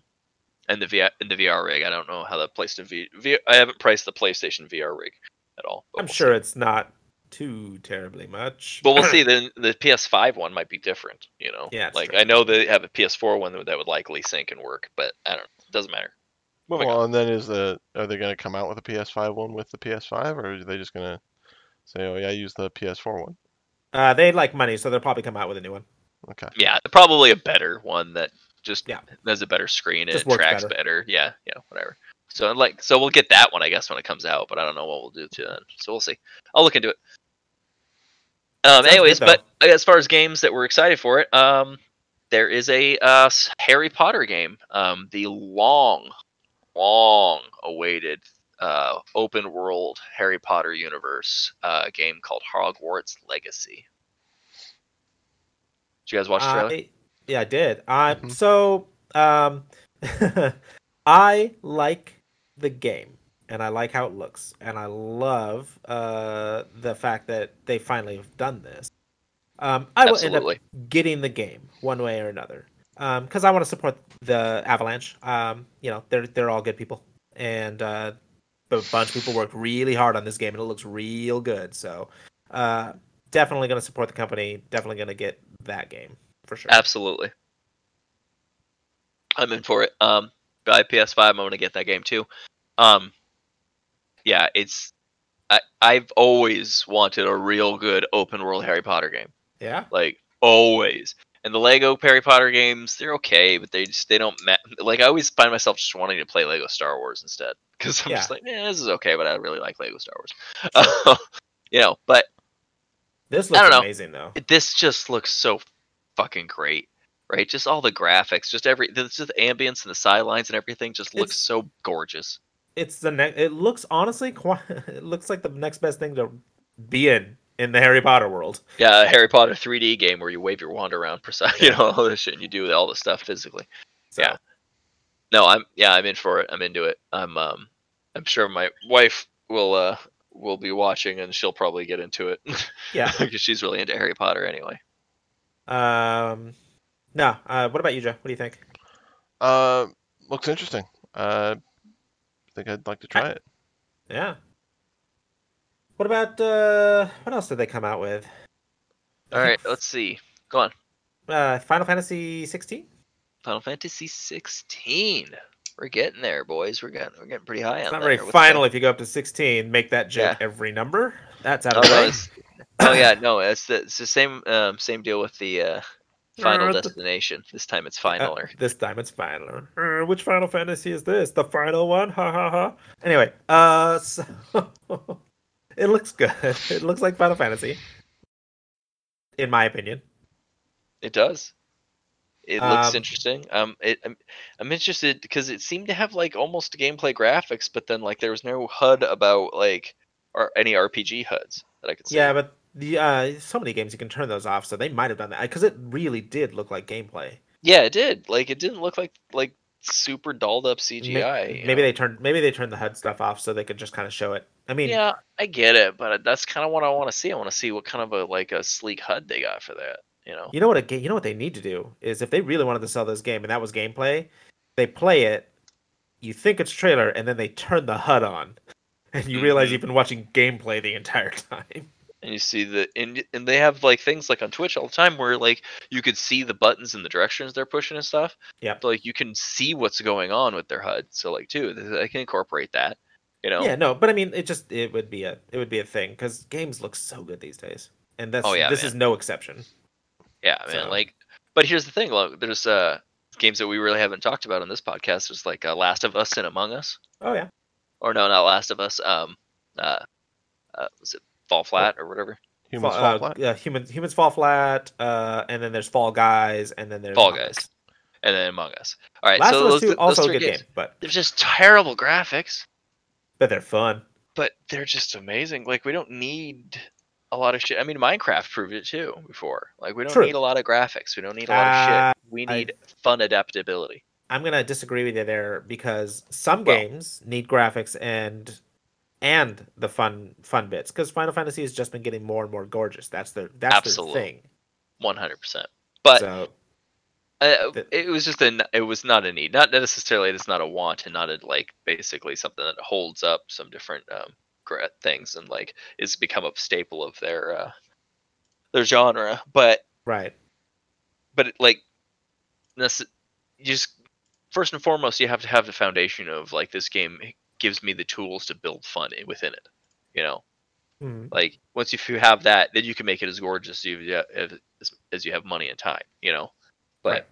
S1: And the VR, and the VR rig, I don't know how that placed in V. V I haven't priced the PlayStation VR rig at all. but
S2: I'm
S1: we'll
S2: sure
S1: See.
S2: it's not too terribly much.
S1: But we'll see. Then the PS5 one might be different. You know,
S2: Yeah, it's
S1: like
S2: true.
S1: I know they have a PS4 one that would likely sync and work, but I don't. It doesn't matter. Moving on.
S3: well, and then is the are they going to come out with a PS5 one with the PS5, or are they just going to say, oh yeah, use the PS4 one?
S2: Uh, they like money, so they'll probably come out with a new one.
S3: Okay.
S1: Yeah, probably a better one that just
S2: Yeah.
S1: has a better screen and
S2: Just
S1: it
S2: works
S1: tracks better.
S2: better.
S1: Yeah, yeah, whatever. So like, so we'll get that one, I guess, when it comes out. But I don't know what we'll do to then. So we'll see. I'll look into it. Um,
S2: Sounds
S1: anyways,
S2: good,
S1: but as far as games that we're excited for it, um, there is a uh, s- Harry Potter game, um, the long, long awaited uh, open world Harry Potter universe uh, game called Hogwarts Legacy. Did you guys watch the trailer?
S2: I, yeah, I did. I
S1: Mm-hmm.
S3: Mhm.
S2: so um, I like the game and I like how it looks and I love uh the fact that they finally have done this. Um, I will end
S1: Absolutely.
S2: up getting the game one way or another because I want to support the Avalanche. Um, you know, they're they're all good people and uh, a bunch of people worked really hard on this game and it looks real good. So uh, definitely going to support the company. Definitely going to get that game for sure.
S1: Absolutely. I'm in for it. Um, by PS5, I'm gonna get that game too. Um, yeah, it's I I've always wanted a real good open world Harry Potter game,
S2: Yeah.
S1: like always. And the Lego Harry Potter games, they're okay, but they just they don't ma- like. I always find myself just wanting to play Lego Star Wars instead because I'm just
S2: Yeah.
S1: like, eh, this is okay, but I really like Lego Star Wars, you know. But
S2: This
S1: I don't
S2: looks
S1: know.
S2: amazing though.
S1: this just looks so fucking great right just all the graphics just every the- just the ambience and the sidelines and everything just looks
S2: It's-
S1: so gorgeous
S2: It's the next. It looks honestly quite. It looks like the next best thing to be in in the Harry Potter world.
S1: yeah a harry potter 3d game where you wave your wand around precise you know all this shit and you do all this stuff physically
S2: So,
S1: Yeah. no i'm yeah i'm in for it i'm into it i'm um i'm sure my wife will uh will be watching and she'll probably get into it
S2: Yeah.
S1: because she's really into harry potter anyway
S2: Um. No. Uh, what about you, Joe? What do you think?
S3: Uh, looks interesting. Uh, I think I'd like to try it.
S2: Yeah. What about uh? What else did they come out with?
S1: all right let's see go on
S2: Uh, Final Fantasy 16.
S1: final fantasy 16 we're getting there boys we're getting we're getting pretty high
S2: It's
S1: on
S2: not
S1: that.
S2: very
S1: Or what's that?
S2: final if you go up to 16. Make that joke every number. That's out
S1: Oh,
S2: of the
S1: no,
S2: way.
S1: it's, oh yeah, no, it's the, it's the same um, same deal with the uh, final
S2: Uh, the-
S1: destination. This time it's final.
S2: Uh, this time it's final. Uh, which Final Fantasy is this? The final one? Ha ha ha. Anyway, uh, so it looks good. It looks like Final Fantasy, in my opinion.
S1: It does. It looks
S2: Um,
S1: interesting. Um, it, I'm, I'm interested because it seemed to have like almost gameplay graphics, but then like there was no HUD about like or any RPG HUDs that I could see.
S2: Yeah, but the uh, so many games you can turn those off, so they might have done that because it really did look like gameplay.
S1: yeah, it did. Like it didn't look like like super dolled up
S2: Ma-
S1: CGI. you
S2: Maybe
S1: know?
S2: they turned maybe they turned the HUD stuff off so they could just kind of show it. I mean,
S1: Yeah, I get it, but that's kind of what I want to see. I want to see what kind of a like a sleek HUD they got for that. You know.
S2: You know what? A, ga- you know what they need to do is if they really wanted to sell this game and that was gameplay, they play it. You think it's trailer, and then they turn the HUD on, and you realize
S1: Mhm.
S2: you've been watching gameplay the entire time.
S1: and you see the and and they have like things like on Twitch all the time where like you could see the buttons and the directions they're pushing and stuff.
S2: Yep.
S1: So, like you can see what's going on with their HUD. So like too, th- I can incorporate that. You know.
S2: Yeah, no, but I mean, it just it would be a it would be a thing because games look so good these days, and that's
S1: Oh, yeah,
S2: this
S1: man.
S2: is no exception.
S1: Yeah, man.
S2: So-
S1: Like, but here's the thing. Like, there's uh games that we really haven't talked about on this podcast. There's like uh, Last of Us and Among Us,
S2: Oh yeah,
S1: or no, not Last of Us. Um, uh, uh was it
S2: Oh.
S1: Fall Flat or whatever?
S3: Humans
S2: Fall-
S3: fall
S2: uh,
S3: flat.
S2: yeah, humans humans fall flat, uh, and then there's Fall Guys, and then there's
S1: Fall
S2: Among Us.
S1: Guys. And then Among Us. All right.
S2: Last
S1: so
S2: of Us
S1: those,
S2: Two
S1: th- those
S2: also a
S1: three
S2: good
S1: games.
S2: game, but
S1: They're just terrible graphics.
S2: but they're fun.
S1: but they're just amazing. Like we don't need a lot of shit. I mean, Minecraft proved it too before. Like we don't
S2: True. Ah,
S1: need a lot of graphics. We don't need a lot of shit. We
S2: I-
S1: need fun adaptability.
S2: Uh, I'm gonna disagree with you there because some
S1: Well-
S2: games need graphics and and the fun fun bits because Final Fantasy has just been getting more and more gorgeous. That's their that's
S1: Absolutely.
S2: their thing.
S1: One hundred percent. But
S2: so
S1: uh,
S2: the-
S1: it was just an. It was not a need. Not necessarily. It's not a want, and not a like. Basically, something that holds up some different um, gra- things, and like is become a staple of their uh, their genre. But
S2: right,
S1: but it, like this you just first and foremost you have to have the foundation of like this game gives me the tools to build fun i- within it you know
S2: Mhm.
S1: Like once if you have that, then you can make it as gorgeous you- yeah, as as you have money and time, you know. But
S2: Right.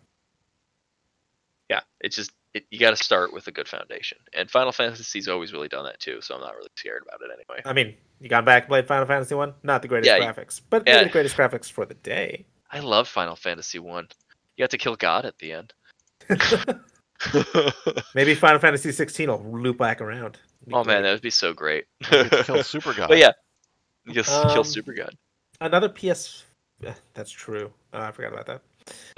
S1: yeah, it's just it, you got to start with a good foundation, and Final Fantasy's always really done that too. So I'm not really scared about it anyway.
S2: I mean, you gone back and played Final Fantasy One. Not the greatest
S1: Yeah, you-
S2: graphics, but
S1: yeah.
S2: maybe the greatest graphics for the day.
S1: I love Final Fantasy One. You have to kill God at the end.
S2: Maybe Final Fantasy 16 will loop back around. Be
S1: oh man,
S2: great.
S1: that would be so great.
S3: You get to kill Super God.
S1: but yeah, just kill
S2: Um,
S1: Super God.
S2: another PS. eh, That's true. Uh, I forgot about that.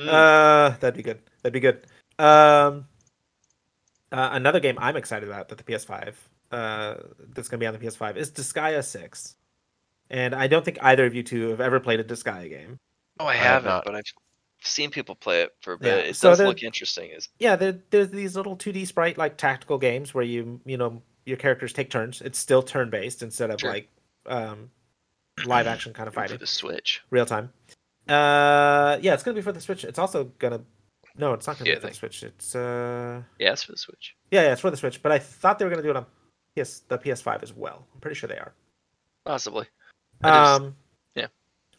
S1: Mm.
S2: Uh, that'd be good. That'd be good. Um, uh, another game I'm excited about that the PS5 uh, that's going to be on the PS5 is Disgaea 6. And I don't think either of you two have ever played a Disgaea game.
S1: Oh, I
S3: have
S1: haven't,
S3: not.
S1: but I've seen people play it for a
S2: Yeah,
S1: bit. It
S2: so
S1: does
S2: they're-
S1: look interesting. Is
S2: Yeah, there, there's these little 2D sprite like tactical games where you you know your characters take turns. It's still turn based instead of
S1: Sure.
S2: like um, live action kind of
S1: for
S2: fighting.
S1: the Switch?
S2: real time. Uh, yeah, it's gonna be for the Switch. It's also gonna, no, it's not gonna
S1: Yeah,
S2: be for the
S1: thank-
S2: Switch. It's uh,
S1: Yeah, it's for the Switch.
S2: yeah, yeah, it's for the Switch. But I thought they were gonna do it on PS, the PS5 as well. I'm pretty sure they are.
S1: Possibly. I just-
S2: Um,
S1: yeah.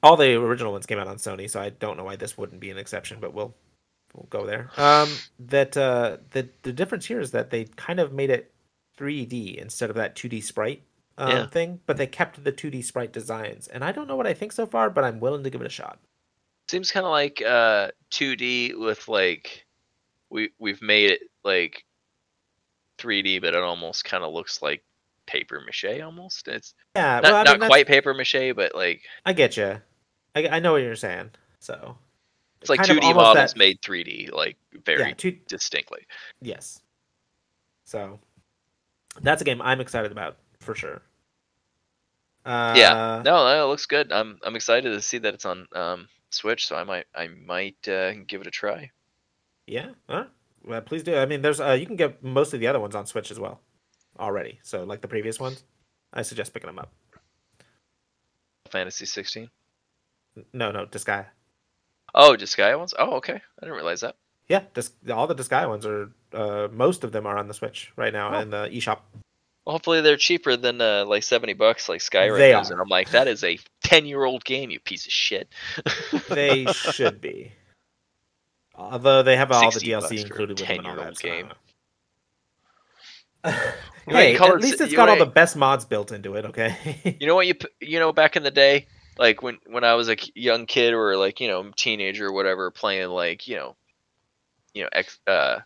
S2: all the original ones came out on Sony, so I don't know why this wouldn't be an exception, but we'll we'll go there. Um, that uh, the the difference here is that they kind of made it 3D instead of that 2D sprite um,
S1: Yeah.
S2: thing, but they kept the 2D sprite designs. And I don't know what I think so far, but I'm willing to give it a shot.
S1: Seems kind of like uh, 2D with like we we've made it like 3D, but it almost kind of looks like paper mache almost. It's
S2: Yeah,
S1: not,
S2: Uh, well, I mean,
S1: not
S2: that's-
S1: quite paper mache, but like
S2: I get you. I, I know what you're saying. So
S1: it's like
S2: kind of
S1: 2D
S2: almost
S1: models
S2: that-
S1: made 3D, like very
S2: yeah, two,
S1: distinctly.
S2: yes. So that's a game I'm excited about for sure. Uh,
S1: Yeah, No, that looks good. I'm I'm excited to see that it's on um, Switch, so I might I might uh, give it a try.
S2: Yeah. All right. Well, please do. I mean, there's uh, you can get most of the other ones on Switch as well already. So like the previous ones, I suggest picking them up.
S1: Fantasy 16.
S2: No, no, Disgaea.
S1: Oh, Disgaea ones. Oh, okay. I didn't realize that.
S2: Yeah, Dis- all the Disgaea ones are. Uh, most of them are on the Switch right now
S1: Oh.
S2: in the eShop.
S1: Well, hopefully they're cheaper than uh, like seventy bucks, like Skyrim
S2: They
S1: is, and I'm like, that is a ten-year-old game, you piece of shit.
S2: They should be. Although they have all the
S1: 60 bucks
S2: DLC
S1: for a
S2: included with them and all
S1: 10-year-old
S2: that. so I don't
S1: game.
S2: know.
S1: You
S2: hey,
S1: ain't colored
S2: at least
S1: si-
S2: it's
S1: you
S2: got all the
S1: ain't-
S2: best mods built into it. Okay.
S1: You know what you p- you know back in the day, like when when I was a k- young kid or like you know teenager or whatever, playing like you know, you know X uh,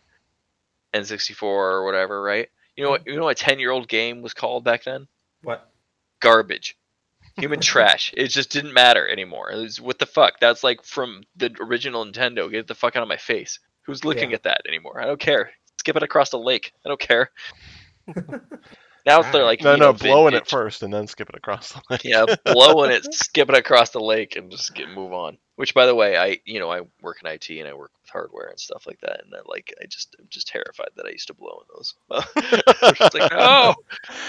S1: N64 or whatever, right? You know what you know what ten-year-old game was called back then?
S2: what?
S1: Garbage. Human trash. It just didn't matter anymore. It was, what the fuck? That's like from the original Nintendo. Get the fuck out of my face. Who's looking
S2: Yeah.
S1: at that anymore? I don't care. Skip it across the lake. I don't care. now it's they're like
S3: No,
S1: you
S3: no,
S1: know,
S3: blowing it
S1: vintage.
S3: first and then skip it across the line.
S1: Yeah, blowing it, skip it across the lake, and just get move on. Which, by the way, I you know I work in IT and I work with hardware and stuff like that, and I like I just I'm just terrified that I used to blow in those. it's like oh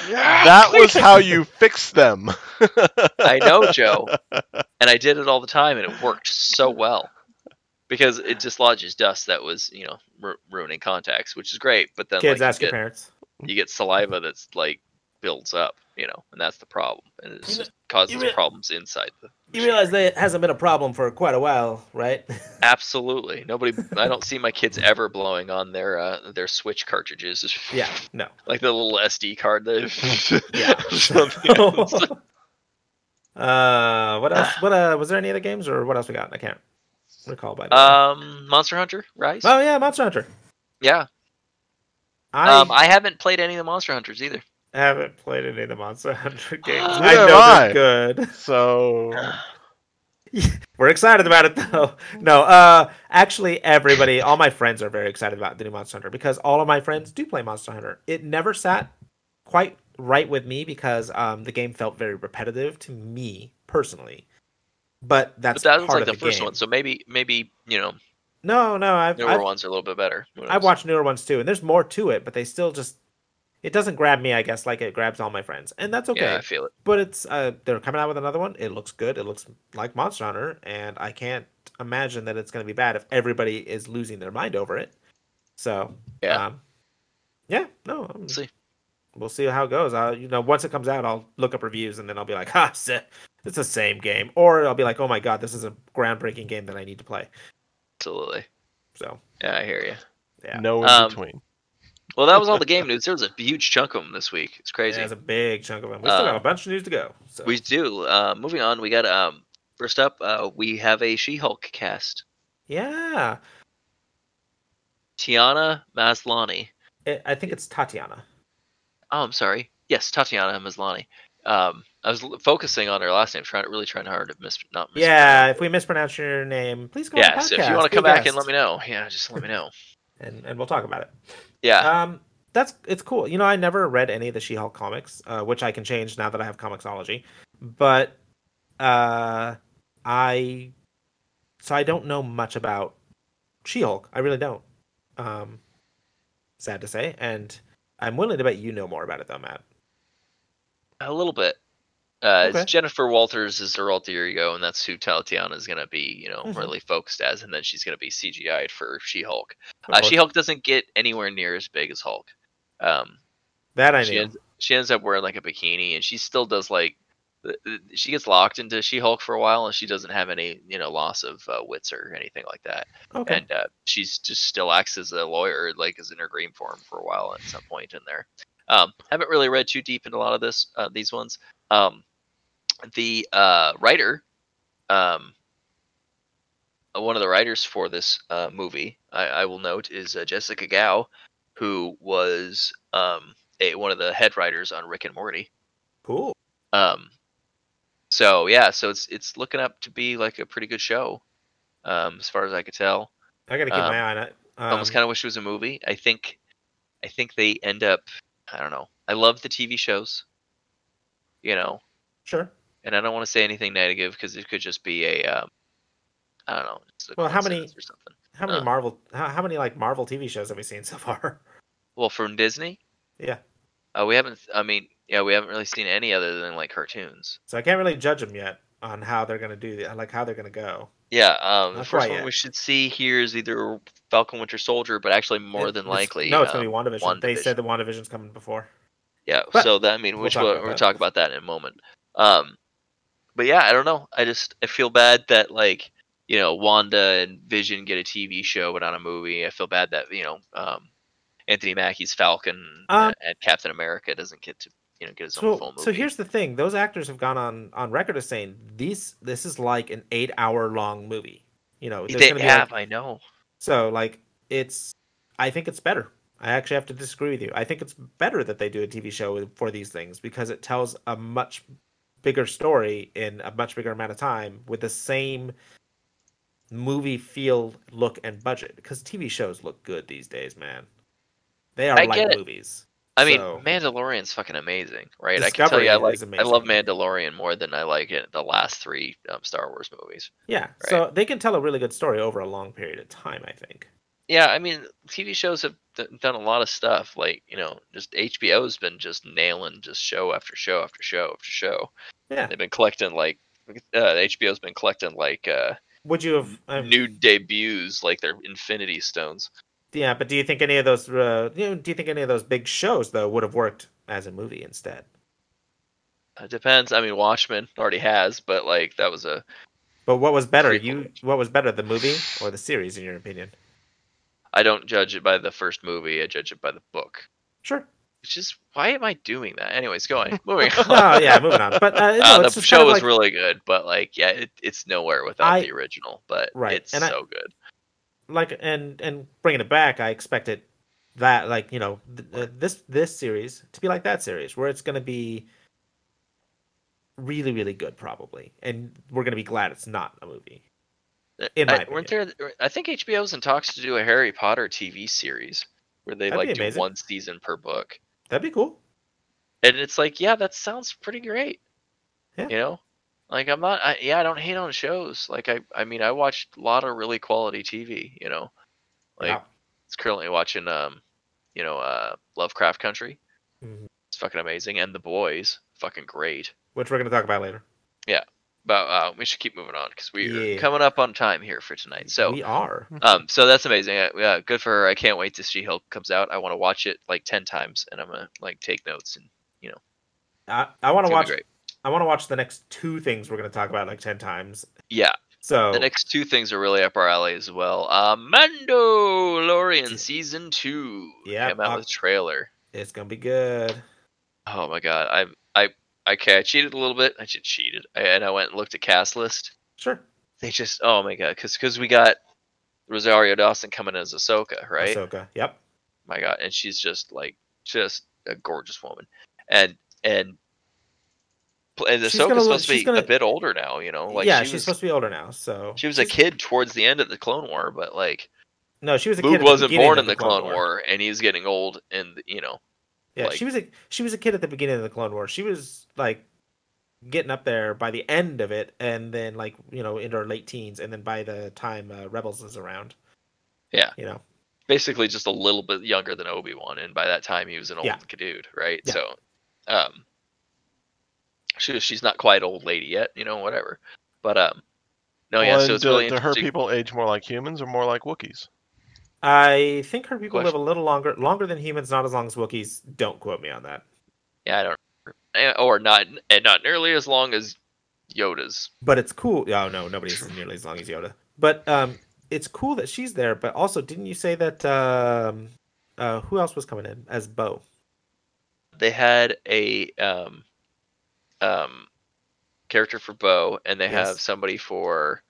S1: yeah,
S3: That
S1: please
S3: was how you fix them.
S1: I know, Joe. And I did it all the time, and it worked so well because it dislodges dust that was, you know, ru- ruining contacts, which is great. But then
S2: Kids,
S1: like,
S2: ask
S1: you,
S2: your
S1: get,
S2: parents.
S1: you get saliva that's like builds up, you know, and that's the problem, and it
S2: You
S1: just causes
S2: you re-
S1: problems inside. The
S2: You realize that it hasn't been a problem for quite a while, right?
S1: absolutely nobody. I don't see my kids ever blowing on their uh, their switch cartridges.
S2: yeah. No.
S1: like the little SD card. That
S2: Yeah. uh, what else? What uh? Was there any other games or what else we got? I can't recall by. the way.
S1: um, Monster Hunter Rise.
S2: oh yeah, Monster Hunter.
S1: yeah.
S2: I,
S1: um, I haven't played any of the Monster Hunters either.
S2: haven't played any of the Monster Hunter games.
S1: Neither
S2: I know
S3: have
S2: they're good.
S3: So
S2: We're excited about it though. No, uh actually everybody, all my friends are very excited about the new Monster Hunter because all of my friends do play Monster Hunter. It never sat quite right with me because um the game felt very repetitive to me personally. But
S1: but
S2: that's
S1: that was
S2: part
S1: like
S2: of
S1: the, first
S2: game.
S1: one, so maybe maybe you know
S2: No, no, I've,
S1: newer
S2: I've
S1: ones are a little bit better. Who
S2: I've
S1: knows?
S2: watched newer ones too, and there's more to it, but they still just it doesn't grab me, I guess, like it grabs all my friends, and that's okay.
S1: Yeah, I feel it.
S2: but it's uh they're coming out with another one it looks good it looks like monster hunter and i can't imagine that it's going to be bad if everybody is losing their mind over it so
S1: Yeah.
S2: um, yeah no I'm,
S1: See.
S2: we'll see how it goes. I, you know, once it comes out, I'll look up reviews and then I'll be like, ha, it's it's the same game, or I'll be like, oh my god, this is a groundbreaking game that I need to play.
S1: Absolutely.
S2: So
S1: Yeah, I hear you.
S2: Yeah.
S3: No in
S1: Um,
S3: between.
S1: Well, that was all the game news. There was a huge chunk of them this week. It's crazy.
S2: yeah, it's a big chunk of them. We still
S1: Uh,
S2: got a bunch of news to go. So
S1: We do. Uh, moving on, we got um. First up, uh, we have a She-Hulk cast.
S2: yeah,
S1: Tiana Maslany.
S2: I I think it's Tatiana.
S1: Oh, I'm sorry. Yes, Tatiana Maslany. Um, I was l- focusing on her last name, trying really trying hard to miss not miss.
S2: Yeah, if we mispronounce your name, please go.
S1: Yeah.
S2: on
S1: So if you want to come back and let me know, yeah, just let me know.
S2: know, and, and we'll talk about it.
S1: Yeah.
S2: Um, that's it's cool. You know, I never read any of the She-Hulk comics, uh, which I can change now that I have Comixology. But uh, I so I don't know much about She-Hulk. I really don't. Um, sad to say, and I'm willing to bet you know more about it though, Matt.
S1: A little bit. Uh,
S2: Okay.
S1: It's Jennifer Walters is her alter ego, and that's who Tatiana is going to be, you know,
S2: Mhm.
S1: really focused as, and then she's going to be CGI'd for She-Hulk.
S2: Of
S1: Uh,
S2: course.
S1: She-Hulk doesn't get anywhere near as big as Hulk. Um,
S2: that I
S1: she
S2: knew.
S1: ends, she ends up wearing like a bikini, and she still does like th- th- she gets locked into She-Hulk for a while, and she doesn't have any, you know, loss of uh, wits or anything like that.
S2: Okay,
S1: And uh, she's just still acts as a lawyer, like is in her dream form for a while at some point in there. Um, haven't really read too deep into a lot of this uh, these ones. Um, the uh, writer, um, uh, one of the writers for this uh, movie, I, I will note, is uh, Jessica Gao, who was um, a, one of the head writers on Rick and Morty.
S2: cool.
S1: Um, so yeah, so it's it's looking up to be like a pretty good show, um, as far as I could tell.
S2: I gotta keep
S1: um,
S2: my eye on it. Um,
S1: I almost kind of wish it was a movie. I think, I think they end up. I don't know. I love the TV shows, you know,
S2: sure.
S1: and I don't want to say anything negative because it could just be a. Um, I don't know. just a
S2: Well, how many-
S1: coincidence Or something.
S2: How many
S1: uh,
S2: Marvel? How, how many like Marvel TV shows have we seen so far?
S1: Well, from Disney.
S2: Yeah.
S1: Uh, we haven't. I mean, yeah, we haven't really seen any other than like cartoons.
S2: So I can't really judge them yet on how they're gonna do the like how they're gonna go.
S1: Yeah. Um, the
S2: Not
S1: first
S2: quite
S1: one
S2: yet.
S1: we should see here is either Falcon Winter Soldier, but actually more
S2: It-
S1: than
S2: it's-
S1: likely.
S2: no, it's
S1: um,
S2: gonna be WandaVision. They
S1: WandaVision.
S2: said the WandaVision's coming before.
S1: Yeah,
S2: But-
S1: so that I mean,
S2: We'll
S1: which
S2: talk
S1: we'll,
S2: about
S1: we'll
S2: that.
S1: talk about that in a moment. Um, but yeah, I don't know. I just I feel bad that like you know Wanda and Vision get a TV show but not a movie. I feel bad that you know um, Anthony Mackie's Falcon
S2: Um,
S1: and, and Captain America doesn't get to you know get his own full
S2: So,
S1: movie.
S2: so here's the thing: those actors have gone on on record as saying these this is like an eight hour long movie. You know, there's
S1: they
S2: gonna be
S1: have,
S2: like,
S1: I know.
S2: so like it's. I think it's better. I actually have to disagree with you. I think it's better that they do a TV show with- for these things because it tells a much bigger story in a much bigger amount of time with the same movie feel, look, and budget. Because TV shows look good these days, man. They are
S1: I
S2: like
S1: get it.
S2: movies.
S1: I mean,
S2: So-
S1: Mandalorian's fucking amazing, right?
S2: Discovery
S1: I can tell you, I
S2: is
S1: like I love
S2: amazing.
S1: Mandalorian more than I like it the last three um, Star Wars movies.
S2: Yeah. So they can tell a really good story over a long period of time, I think.
S1: Yeah, I mean, TV shows have d- done a lot of stuff. Like, you know, just HBO's been just nailing just show after show after show after show.
S2: Yeah.
S1: They've been collecting like uh, HBO's been collecting like uh,
S2: Would you have? Um,
S1: new debuts, like their Infinity Stones.
S2: yeah, but do you think any of those? Uh, you know, do you think any of those big shows though would have worked as a movie instead?
S1: It depends. I mean, Watchmen already has, but like that was a
S2: But what was better?
S1: Prequel.
S2: You what was better, the movie or the series, in your opinion?
S1: I don't judge it by the first movie. I judge it by the book.
S2: Sure.
S1: Which is why am I doing that? Anyways, going moving on.
S2: Oh yeah, moving on. But uh, no,
S1: Uh,
S2: it's
S1: the
S2: just
S1: show
S2: kind of
S1: was
S2: like,
S1: really good, but like, yeah, it, it's nowhere without
S2: I-
S1: the original. But
S2: Right,
S1: it's
S2: and I-
S1: so good.
S2: like and and bringing it back, I expected that like you know th- uh, this this series to be like that series where it's going to be really really good probably, and we're going to be glad it's not a movie.
S1: Uh,
S2: in
S1: I,
S2: my
S1: weren't there, I think HBO's in talks to do a Harry Potter TV series where they
S2: That'd be
S1: like do
S2: amazing.
S1: one season per book,
S2: That'd be cool.
S1: and it's like, yeah, that sounds pretty great.
S2: Yeah.
S1: You know, like I'm not, I, yeah, I don't hate on shows. Like I, I mean, I watched a lot of really quality TV. You know, like
S2: Wow.
S1: it's currently watching, um, you know, uh, Lovecraft Country.
S2: Mhm.
S1: It's fucking amazing, and The Boys, fucking great.
S2: which we're going to talk about later.
S1: but uh, we should keep moving on because we're
S2: Yeah.
S1: coming up on time here for tonight. So
S2: we are.
S1: um, so that's amazing. Uh, yeah, good for her. I can't wait to see how it comes out. I want to watch it like ten times, and I'm gonna like take notes, and
S2: I, I want
S1: it's gonna
S2: to watch.
S1: be great.
S2: I want to watch the next two things we're going to talk about like ten times.
S1: Yeah,
S2: So
S1: the next two things are really up our alley as well. Uh, Mandalorian season two
S2: Yeah,
S1: came out
S2: uh,
S1: with a trailer.
S2: it's going to be good.
S1: Oh my god, I'm I okay. I cheated a little bit. I just cheated, I, and I went and looked at cast list.
S2: Sure.
S1: They just oh my god, because we got Rosario Dawson coming in as Ahsoka, right?
S2: Ahsoka. Yep.
S1: my god and she's just like just a gorgeous woman and and pl- and
S2: She's
S1: Ahsoka's
S2: gonna look-
S1: supposed to
S2: she's
S1: be
S2: gonna-
S1: a bit older now you know Oh, like
S2: yeah,
S1: she
S2: she's
S1: was,
S2: supposed to be older now. So
S1: she was a
S2: she's-
S1: kid towards the end of the clone war but like
S2: No, she was a kid. at
S1: luke
S2: the
S1: wasn't
S2: beginning
S1: born
S2: of
S1: in the clone, war. and he's getting old and you know
S2: Yeah,
S1: Like-
S2: she was a she was a kid at the beginning of the Clone War. She was like getting up there by the end of it, and then like you know in her late teens, and then by the time uh, Rebels is around.
S1: Yeah.
S2: You know.
S1: basically just a little bit younger than obi-wan and by that time he was an old
S2: Yeah.
S1: dude right
S2: Yeah.
S1: so um she, she's not quite old lady yet you know whatever but um no yeah
S3: Well,
S1: so
S3: and
S1: it's really
S3: do, do her
S1: interesting
S3: people age more like humans or more like Wookiees?
S2: I think her people live
S1: Question.
S2: a little longer, longer than humans, not as long as Wookiees. Don't quote me on that.
S1: Yeah, I don't. Remember. Eh, Or not, and not nearly as long as Yoda's.
S2: But it's cool. Oh no, nobody's nearly as long as Yoda. But um, it's cool that she's there. But also, didn't you say that um, uh, who else was coming in as Bo?
S1: They had a um, um, character for Bo, and they have
S2: Yes.
S1: somebody for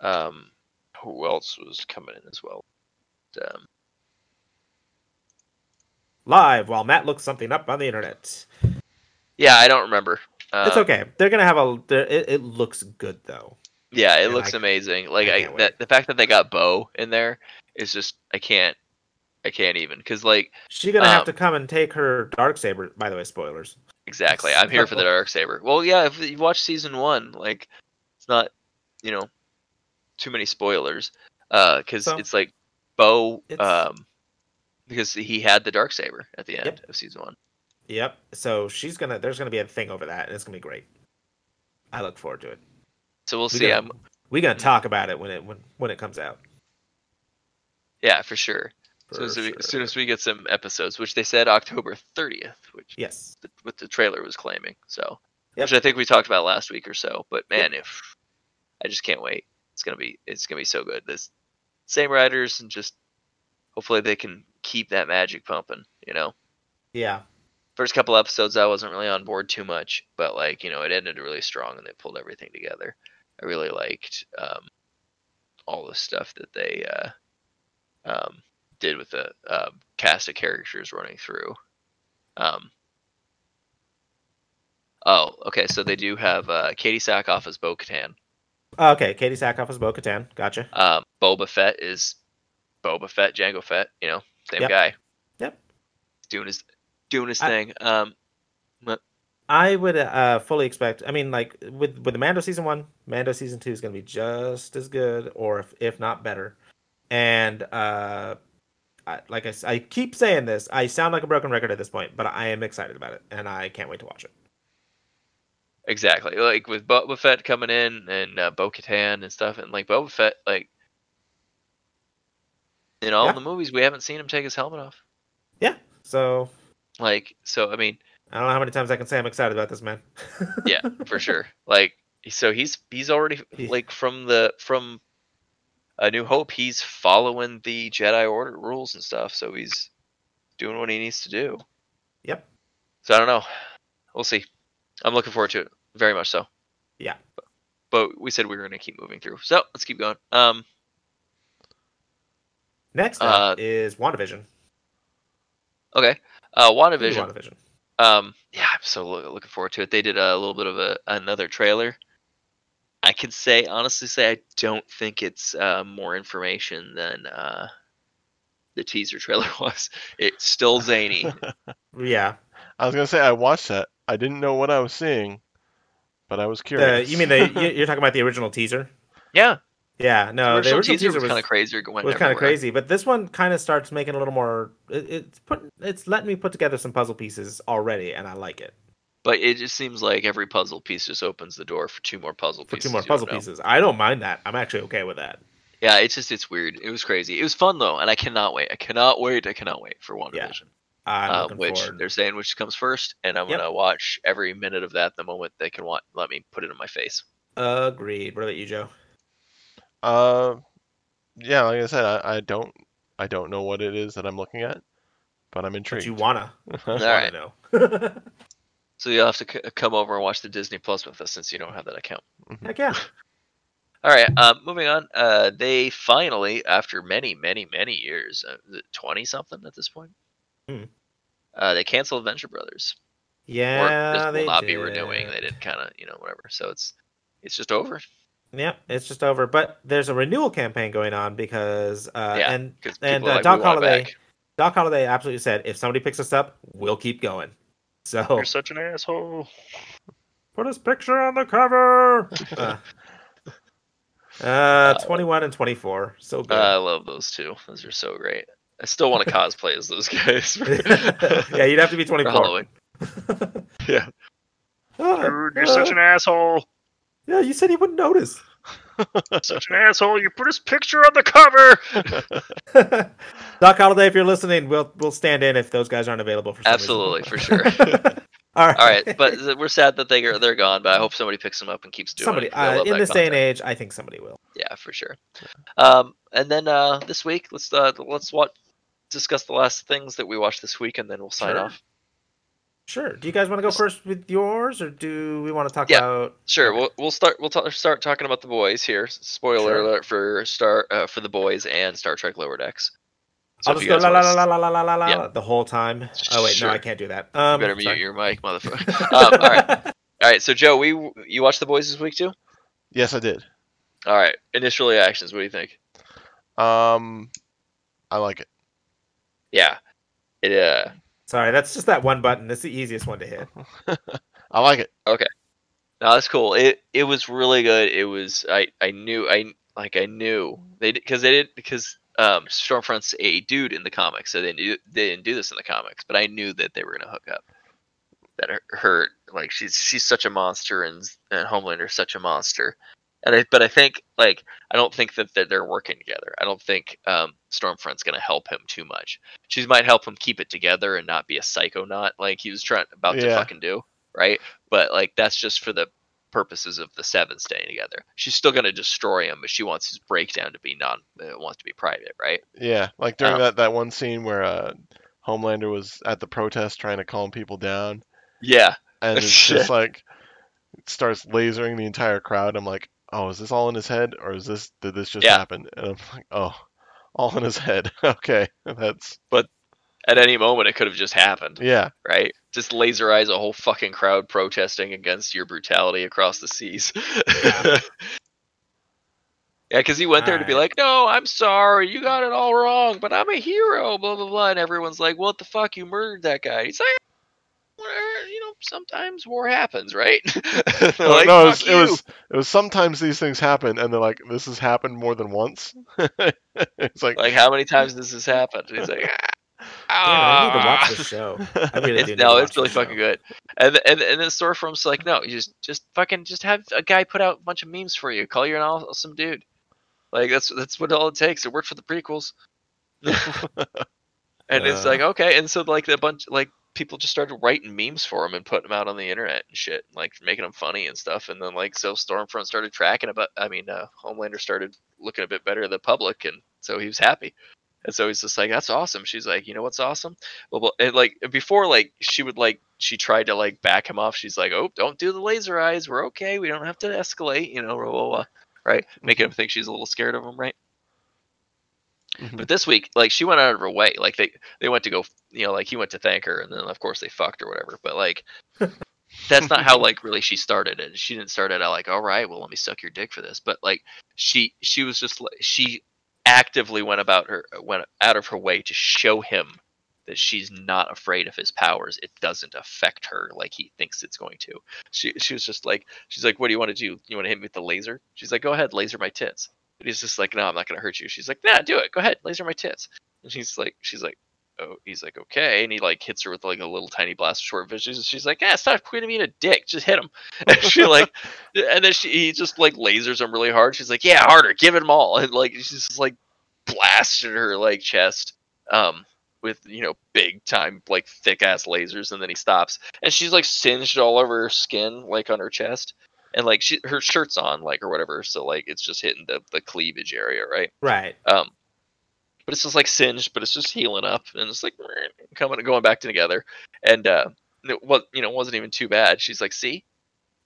S1: um, who else was coming in as well? Um,
S2: Live while Matt looks something up on the internet.
S1: yeah, I don't remember. Uh,
S2: it's okay. They're gonna have a. they're- It, it looks good though.
S1: Yeah, it
S2: Man,
S1: looks
S2: I-
S1: amazing. Like
S2: I
S1: I,
S2: can't
S1: that, the fact that they got Bo in there is just I can't, I can't even because like
S2: She's gonna have
S1: Um,
S2: to come and take her dark saber. By the way, spoilers.
S1: Exactly. I'm here for the
S2: So-
S1: dark saber. Well, yeah, if you watch season 1, like it's not, you know, too many spoilers uh cuz
S2: So-
S1: it's like Bo
S2: It's-
S1: um because he had the dark saber at the end
S2: Yep.
S1: of season 1.
S2: Yep. So she's gonna. There's gonna be a thing over that, and it's gonna be great. I look forward to it.
S1: So we'll
S2: We
S1: see. um,
S2: gotta-
S1: I'm
S2: We're gonna talk about it when it when when it comes out.
S1: yeah, for sure. As soon
S2: For
S1: as, we, as soon
S2: sure.
S1: as we get some episodes, which they said October 30th, which
S2: yes.
S1: the, what the trailer was claiming. So,
S2: Yep.
S1: which I think we talked about last week or so. But man, if I just can't wait, it's gonna be it's gonna be so good. This same writers and just hopefully they can keep that magic pumping. You know,
S2: Yeah.
S1: first couple episodes I wasn't really on board too much, but like you know it ended really strong and they pulled everything together. I really liked um, all the stuff that they uh, um, did with the um cast of characters running through. Um, oh, okay. So they do have uh, Katie Sackhoff as Bo Katan.
S2: Oh, Okay. Katie Sackhoff is Bo Katan. Gotcha.
S1: Um, Boba Fett is Boba Fett, Django Fett. You know, same
S2: Yep.
S1: guy.
S2: Yep.
S1: Doing his doing his
S2: I-
S1: thing. Um,
S2: I would uh fully expect. I mean, like with with the Mando season one, Mando season two is gonna be just as good, or if if not better. And uh, I, like I, s- I keep saying this, I sound like a broken record at this point, but I am excited about it, and I can't wait to watch it.
S1: Exactly, like with Boba Fett coming in and uh, Bo Katan and stuff, and like Boba Fett, like in all
S2: Yeah.
S1: the movies, we haven't seen him take his helmet off.
S2: So
S1: Like, so I mean,
S2: I don't know how many times I can say I'm excited about this man.
S1: yeah, for sure. Like, so he's he's already
S2: He-
S1: like from the from A New Hope, he's following the Jedi Order rules and stuff, so he's doing what he needs to do.
S2: Yep.
S1: So I don't know. We'll see. I'm looking forward to it very much so.
S2: Yeah.
S1: But, but we said we were going to keep moving through, so let's keep going. Um.
S2: Next
S1: Uh,
S2: up is WandaVision.
S1: Okay. Uh,
S2: Could be
S1: WandaVision.
S2: WandaVision.
S1: Um, yeah, I'm so loo- looking forward to it. They did a little bit of a another trailer. I can say honestly say I don't think it's uh, more information than uh, the teaser trailer was. It's still zany.
S2: Yeah.
S3: I was gonna say I watched that. I didn't know what I was seeing, but I was
S2: The,
S3: curious.
S2: you mean the you- you're talking about the original teaser?
S1: yeah,
S2: Yeah. No,
S1: the original
S2: the original
S1: teaser Uh, was kind of crazy. It
S2: It was kind of crazy, but this one kind of starts making a little more. It, it's put. It's letting me put together some puzzle pieces already, and I like it.
S1: But it just seems like every puzzle piece just opens the door for two more puzzle
S2: for
S1: pieces.
S2: two more
S1: you don't
S2: puzzle
S1: know.
S2: pieces. I don't mind that. I'm actually okay with that.
S1: Yeah, it's just it's weird. It was crazy. It was fun though, and I cannot wait. I cannot wait. I cannot wait for WandaVision.
S2: Yeah,
S1: Vision.
S2: I'm
S1: uh,
S2: looking
S1: which
S2: forward.
S1: they're saying which comes first, and I'm
S2: Yep.
S1: gonna watch every minute of that the moment they can want let me put it in my face.
S2: Agreed. What about you, Joe?
S3: Uh, yeah, like I said, I, I don't I don't know what it is that I'm looking at, but I'm
S2: But
S3: intrigued.
S2: you wanna,
S1: All
S2: you
S1: right,
S2: wanna know?
S1: so you'll have to c- come over and watch the Disney Plus with us since you don't have that account.
S2: Heck yeah.
S1: All right, uh, moving on. Uh, they finally, after many, many, many years, uh, twenty something at this point,
S2: Hmm.
S1: uh, they canceled Venture Brothers. Or
S2: Yeah,
S1: this will
S2: they
S1: not
S2: did.
S1: be renewing. They did kind of, you know, whatever. So it's it's just over
S2: Yep, it's just over. But there's a renewal campaign going on because uh,
S1: Yeah.
S2: and
S1: because people
S2: And,
S1: are
S2: uh,
S1: like,
S2: Doc
S1: we want it
S2: Holliday-
S1: back.
S2: Doc Holliday absolutely said, if somebody picks us up, we'll keep going. So
S1: You're such an asshole.
S2: put his picture on the cover. uh, uh, 21 and 24, so good.
S1: I love those two. Those are so great. I still want to cosplay as those guys. for-
S2: yeah, you'd have to be
S1: for
S2: 24.
S1: Halloween. yeah.
S2: Ah,
S1: Dude,
S2: ah,
S1: you're such an asshole.
S2: yeah, you said you wouldn't notice.
S1: Such an asshole. You put his picture on the cover.
S2: Doc Holliday, if you're listening, we'll we'll stand in if those guys aren't available for some
S1: Absolutely, for sure.
S2: reason. All
S1: All
S2: right.
S1: right, but th- we're sad that they are they're gone. But I hope somebody picks them up and keeps doing
S2: somebody
S1: it. 'cause I
S2: uh,
S1: love
S2: in
S1: that
S2: this day and
S1: content.
S2: age, I think somebody will.
S1: Yeah, for sure. Um, and then uh, this week, let's uh, let's what discuss the last things that we watched this week, and then we'll sign
S2: Sure.
S1: off.
S2: Sure. Do you guys want to go first with yours, or do we want to talk
S1: Yeah.
S2: about?
S1: Sure, we'll we'll start we'll ta- start talking about the boys here. S- Spoiler
S2: Sure.
S1: alert for Star uh, for the boys and Star Trek Lower Decks. So
S2: I'll
S1: if
S2: just
S1: you
S2: go
S1: guys
S2: la la
S1: wanna s-
S2: la la la la la la
S1: Yeah.
S2: the whole time. Oh wait,
S1: Sure.
S2: no, I can't do that. Um,
S1: You better mute
S2: sorry.
S1: your mic, motherfucker. um, all right, all right. So Joe, we you watched the boys this week too?
S3: Yes, I did.
S1: All right. Initial reactions. What do you think?
S3: Um, I like it.
S1: Yeah. It uh.
S2: Sorry, that's just that one button. That's the easiest one to hit.
S3: I like it.
S1: No, that's cool. It it was really good. It was I I knew I like I knew they because they did because um Stormfront's a dude in the comics, so they knew they didn't do this in the comics, but I knew that they were gonna hook up. That her, her like she's she's such a monster and and Homelander's such a monster, and I but I think like I don't think that, that they're working together. I don't think um Stormfront's gonna help him too much. She might help him keep it together and not be a psychonaut like he was trying about to
S3: Yeah.
S1: fucking do right. But like that's just for the purposes of the seven staying together. She's still going to destroy him, but she wants his breakdown to be non uh, wants to be private, right?
S3: Yeah, like during
S2: Uh,
S1: Um,
S3: that that one scene where uh, Homelander was at the protest trying to calm people down,
S1: Yeah,
S3: and it's
S1: Shit.
S3: just like it starts lasering the entire crowd. I'm like, oh, is this all in his head, or is this did this just
S1: Yeah.
S3: happen? And I'm like, oh, all in his head. okay, that's
S1: at any moment it could have just happened,
S3: yeah.
S1: right? Just laser eyes a whole fucking crowd protesting against your brutality across the seas. yeah, because he went there to be
S2: Alright.
S1: like, "No, I'm sorry, you got it all wrong, but I'm a hero." Blah blah blah, and everyone's like, "What the fuck? You murdered that guy?" He's like. "Well, eh, You know, sometimes war happens, right? They're
S3: Oh,
S1: like,
S3: no, it was,
S1: "Fuck
S3: it
S1: you."
S3: was it was sometimes these things happen, and they're like, this has happened more than once. it's like,
S1: Like, how many times does this happen? And he's like,
S2: Damn, it, I need to
S1: ah.
S2: watch this show. I really do.
S1: It's,
S2: need
S1: no,
S2: to
S1: it's
S2: watch
S1: really
S2: this
S1: fucking
S2: show.
S1: good. And th- and and then Storefront's like, no, you just just fucking just have a guy put out a bunch of memes for you. Call you an awesome dude. Like that's that's what all it takes. It worked for the prequels. and it's
S3: Uh.
S1: like okay, and so like a bunch like people just started writing memes for him and putting them out on the internet and shit, like making them funny and stuff. And then like so Stormfront started tracking about. I mean, uh, Homelander started looking a bit better to the public, and so he was happy. And so he's just like, "That's awesome." She's like, "You know what's awesome?" Well, well, and like before, like she would like she tried to like back him off. She's like, "Oh, don't do the laser eyes. We're okay. We don't have to escalate." You know, blah, blah, blah, right? Making him think she's a little scared of him, right?
S3: Mhm.
S1: But this week, like she went out of her way. Like they they went to go, you know, like he went to thank her, and then of course they fucked or whatever. But like. That's not how like really she started it. She didn't start it out like, all right, well let me suck your dick for this. But like she she was just like she actively went about her went out of her way to show him that she's not afraid of his powers. It doesn't affect her like he thinks it's going to. She she was just like she's like, What do you want to do? You want to hit me with the laser? She's like, Go ahead, laser my tits. And he's just like, No, I'm not gonna hurt you. She's like, Nah, do it. Go ahead, laser my tits. And she's like she's like, oh, he's like, okay, and he like hits her with like a little tiny blast of short vision. And she's like, yeah, stop quitting being a dick, just hit him. And she like, and then she he just like lasers him really hard. She's like, yeah, harder, give it 'em all, and like she's just like blasted her like chest, um, with you know big time like thick ass lasers, and then he stops, and she's like singed all over her skin, like on her chest. And like she, her shirt's on, like or whatever, so like it's just hitting the, the cleavage area, right?
S2: Right.
S1: Um, but it's just like singed, but it's just healing up, and it's like meh, coming going back together. And uh, it was you know wasn't even too bad. She's like, "See,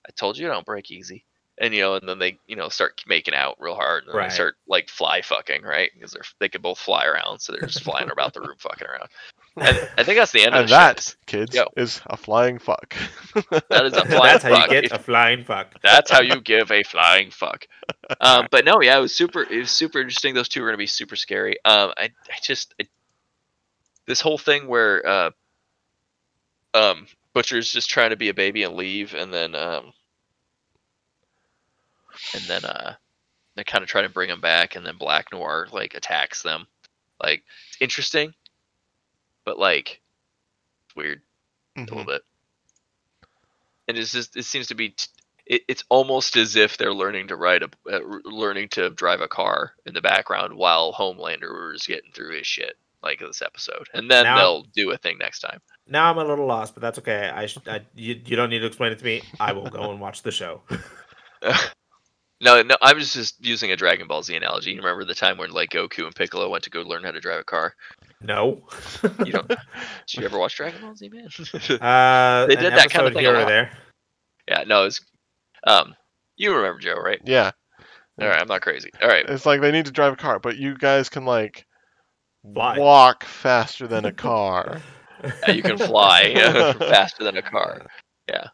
S1: I told you I don't break easy." And you know, and then they you know start making out real hard, and then
S2: Right.
S1: they start like fly fucking right because they're they can both fly around, so they're just flying about the room fucking around. And I think that's the end of
S3: And
S1: the
S3: that,
S1: show.
S3: kids,
S1: Yo.
S3: is a flying fuck.
S1: That is a flying
S2: That's how
S1: fuck.
S2: you get
S1: If-
S2: a flying fuck.
S1: That's how you give a flying fuck. Um, but no, yeah, it was super. It was super interesting. Those two are gonna be super scary. Um, I, I just I, this whole thing where uh, um, Butcher's just trying to be a baby and leave, and then um, and then uh, they kind of try to bring him back, and then Black Noir like attacks them. Like it's interesting, but like weird a
S3: Mhm.
S1: little bit. And it's just it seems to be t- it, it's almost as if they're learning to ride a uh, r- learning to drive a car in the background while Homelander was getting through his shit like this episode, and then
S2: Now-
S1: they'll do a thing next time.
S2: Now I'm a little lost, but that's okay. I, sh- I you, you don't need to explain it to me. I will go and watch the show.
S1: No, no, I was just using a Dragon Ball Z analogy. You remember the time when like Goku and Piccolo went to go learn how to drive a car?
S2: No.
S1: You don't? did you ever watch Dragon Ball Z, man?
S2: Uh,
S1: They
S2: an
S1: did that kind of
S2: episode
S1: thing a
S2: here or
S1: lot.
S2: there.
S1: yeah, no, it's um, you remember Joe, right?
S3: Yeah,
S1: All right, I'm not crazy. All right,
S3: it's like they need to drive a car, but you guys can like
S2: Fly.
S3: walk faster than a car.
S1: Yeah, you can fly faster than a car. Yeah.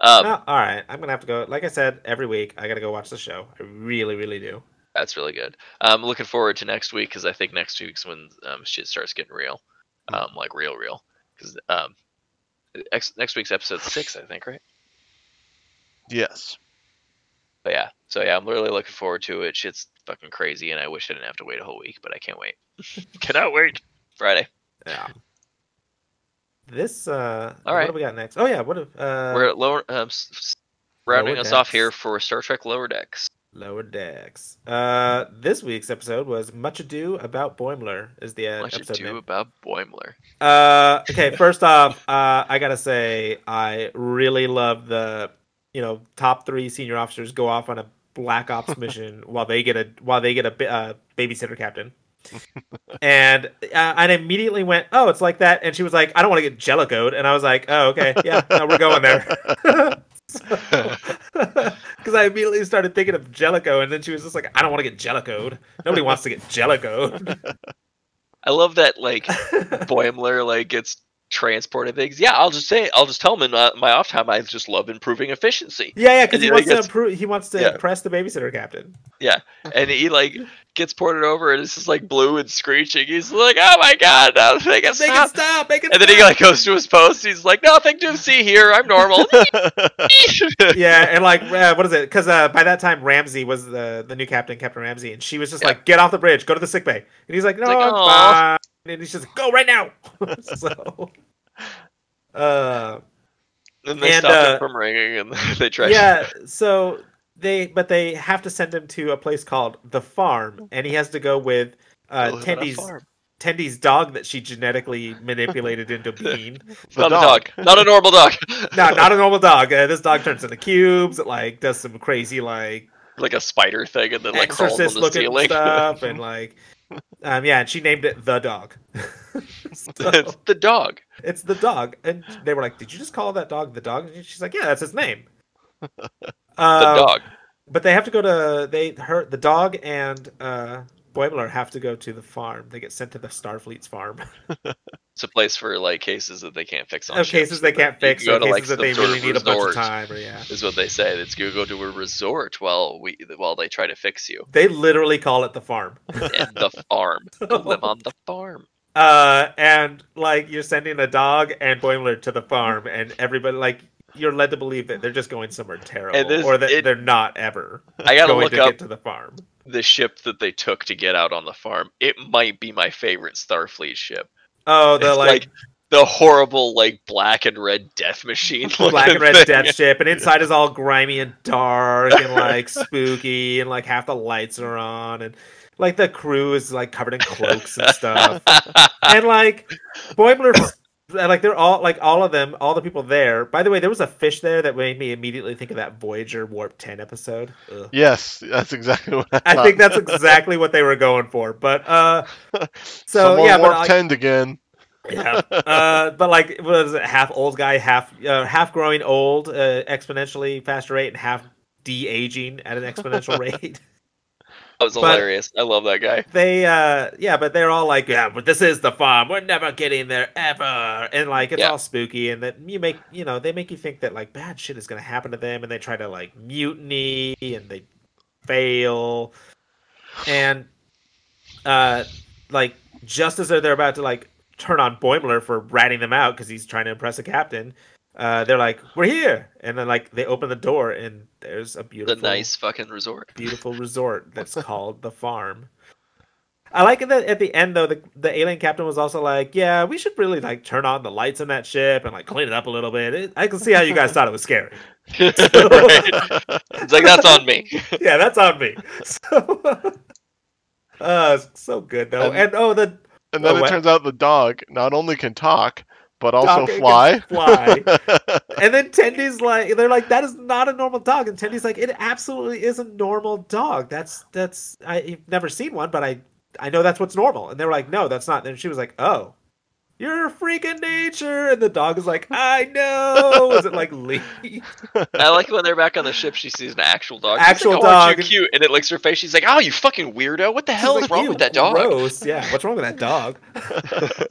S1: Um,
S2: No, all right, I'm gonna have to go. Like I said, every week I gotta go watch the show. I really, really do.
S1: That's really good. I'm looking forward to next week because I think next week's when um, shit starts getting real, um, like real, real. Because um, ex- next week's episode six, I think, right?
S3: yes.
S1: But yeah, so yeah, I'm really looking forward to it. Shit's fucking crazy, and I wish I didn't have to wait a whole week, but I can't wait. Cannot wait. Friday.
S2: Yeah. This. Uh,
S1: All
S2: What
S1: right.
S2: do we got next? Oh yeah. What if uh,
S1: We're at lower. Um, s- s- rounding
S2: Lower
S1: us off
S2: Decks.
S1: here for Star Trek Lower Decks.
S2: lower decks? Uh, this week's episode was much ado about Boimler. Is the uh,
S1: What you
S2: episode
S1: do
S2: name?
S1: about Boimler?
S2: Uh, okay, first off, uh, I gotta say I really love the you know top three senior officers go off on a black ops mission while they get a while they get a bi- uh, babysitter captain. and uh, I immediately went, oh, it's like that. And she was like, I don't want to get jellicoed. And I was like, oh, okay, yeah, no, we're going there. Because I immediately started thinking of Jellicoe, and then she was just like, I don't want to get jellicoed. Nobody wants to get jellicoed.
S1: I love that like Boimler like gets transported things. Yeah, I'll just say I'll just tell him in my, my off time I just love improving efficiency.
S2: Yeah, yeah, because
S1: And
S2: he
S1: then
S2: wants
S1: he
S2: to
S1: gets-
S2: improve. He wants to
S1: Yeah.
S2: impress the babysitter captain.
S1: And he like gets ported over and it's just like blue and screeching. He's like, Oh my god, no, they can
S2: Make it
S1: stop.
S2: stop! Make it
S1: And then he
S2: stop!
S1: like goes to his post, he's like, Nothing to see here, I'm normal.
S2: yeah, and like, uh, what is it? Because uh, by that time, Ramsey was the the new captain, Captain Ramsey, and she was just
S1: Yeah.
S2: like, "Get off the bridge, go to the sick bay," and he's like, "No,
S1: like,
S2: I'm
S1: "Aw."
S2: fine," and he's just, "Go right now." so, uh,
S1: And they
S2: And,
S1: stop
S2: uh,
S1: him from ringing and they try
S2: yeah, so they but they have to send him to a place called the farm, and he has to go with
S1: to
S2: uh,
S1: live on a
S2: Tendy's
S1: farm.
S2: Tendy's dog that she genetically manipulated into being.
S1: It's
S3: The
S1: not a dog. Not a normal dog.
S2: no, not a normal dog. Uh, this dog turns into cubes. It like does some crazy like
S1: like a spider thing and then like crawls on
S2: exorcist
S1: the
S2: looking
S1: ceiling.
S2: stuff, and like, um, yeah. And she named it the dog. So,
S1: it's the dog.
S2: it's the dog, and they were like, "Did you just call that dog the dog?" And she's like, "Yeah, that's his name."
S1: The
S2: Uh,
S1: dog.
S2: But they have to go to they her the dog and uh, Boimler have to go to the farm. They get sent to the Starfleet's farm
S1: It's a place for like cases that they can't fix on
S2: of
S1: ships,
S2: cases they
S1: so that
S2: can't
S1: Oh, you
S2: fix,
S1: can
S2: or
S1: go to,
S2: cases
S1: like,
S2: that
S1: some
S2: they
S1: sort of
S2: really need a bunch of
S1: resort,
S2: time. Or yeah.
S1: Is what they say. It's you go to a resort while we while they try to fix you.
S2: They literally call it the farm.
S1: And the farm. Go live on the farm.
S2: Uh, and like you're sending a dog and Boimler to the farm, and everybody like you're led to believe that they're just going somewhere terrible,
S1: this-
S2: or that
S1: it-
S2: they're not ever
S1: I gotta
S2: going
S1: look
S2: to
S1: up
S2: get to the farm.
S1: the ship that they took to get out on the farm. It might be my favorite Starfleet ship.
S2: Oh, the
S1: It's
S2: like,
S1: the horrible like black and red death machine.
S2: black and
S1: looking
S2: red
S1: thing.
S2: death ship, and inside is all grimy and dark and like spooky, and like half the lights are on, and like the crew is like covered in cloaks and stuff, and like Boimler, like they're all like all of them, all the people there. By the way, there was a fish there that made me immediately think of that Voyager Warp Ten episode. Ugh.
S3: Yes, that's exactly what I,
S2: I
S3: thought.
S2: think that's exactly what they were going for, but uh, so
S3: Someone
S2: yeah, but
S3: warp
S2: I-
S3: tend again.
S2: yeah. Uh, but like, what is it? Half old guy, half uh, half growing old, uh, exponentially faster rate, and half de aging at an exponential rate.
S1: That was
S2: But-
S1: hilarious. I love that guy.
S2: they, uh, yeah, but they're all like, yeah, but this is the farm. We're never getting there ever. And like, it's
S1: Yeah.
S2: all spooky, and that you make, you know, they make you think that like bad shit is gonna happen to them, and they try to like mutiny, and they fail, and uh, like just as they're, they're about to like turn on Boimler for ratting them out because he's trying to impress a captain, uh, they're like, "We're here!" And then like they open the door and there's a
S1: The
S2: beautiful,
S1: nice fucking resort.
S2: beautiful resort that's called the Farm. I like that at the end though, the the alien captain was also like, "Yeah, we should really like turn on the lights in that ship and like clean it up a little bit." It, I can see how you guys thought it was scary.
S1: Right. It's like that's on me.
S2: yeah, that's on me. So, uh, it's so good though,
S3: And-
S2: and oh, the
S3: And then
S2: Oh,
S3: it
S2: what?
S3: turns out the dog not only can talk, but also
S2: dog can
S3: fly.
S2: fly. and then Tendy's like, they're like, that is not a normal dog. And Tendy's like, it absolutely is a normal dog. That's that's I, I've never seen one, but I I know that's what's normal. And they were like, no, that's not. And she was like, oh, you're a freak of nature. And the dog is like, I know. Is it like Lee?
S1: I like when they're back on the ship. She sees an actual dog.
S2: Actual
S1: She's like, oh, aren't
S2: dog.
S1: You cute, and it licks her face. She's like, "Oh, you fucking weirdo! What the
S2: She's
S1: hell
S2: like,
S1: is wrong
S2: "Ew,
S1: with that dog?"
S2: Gross. Yeah. What's wrong with that dog?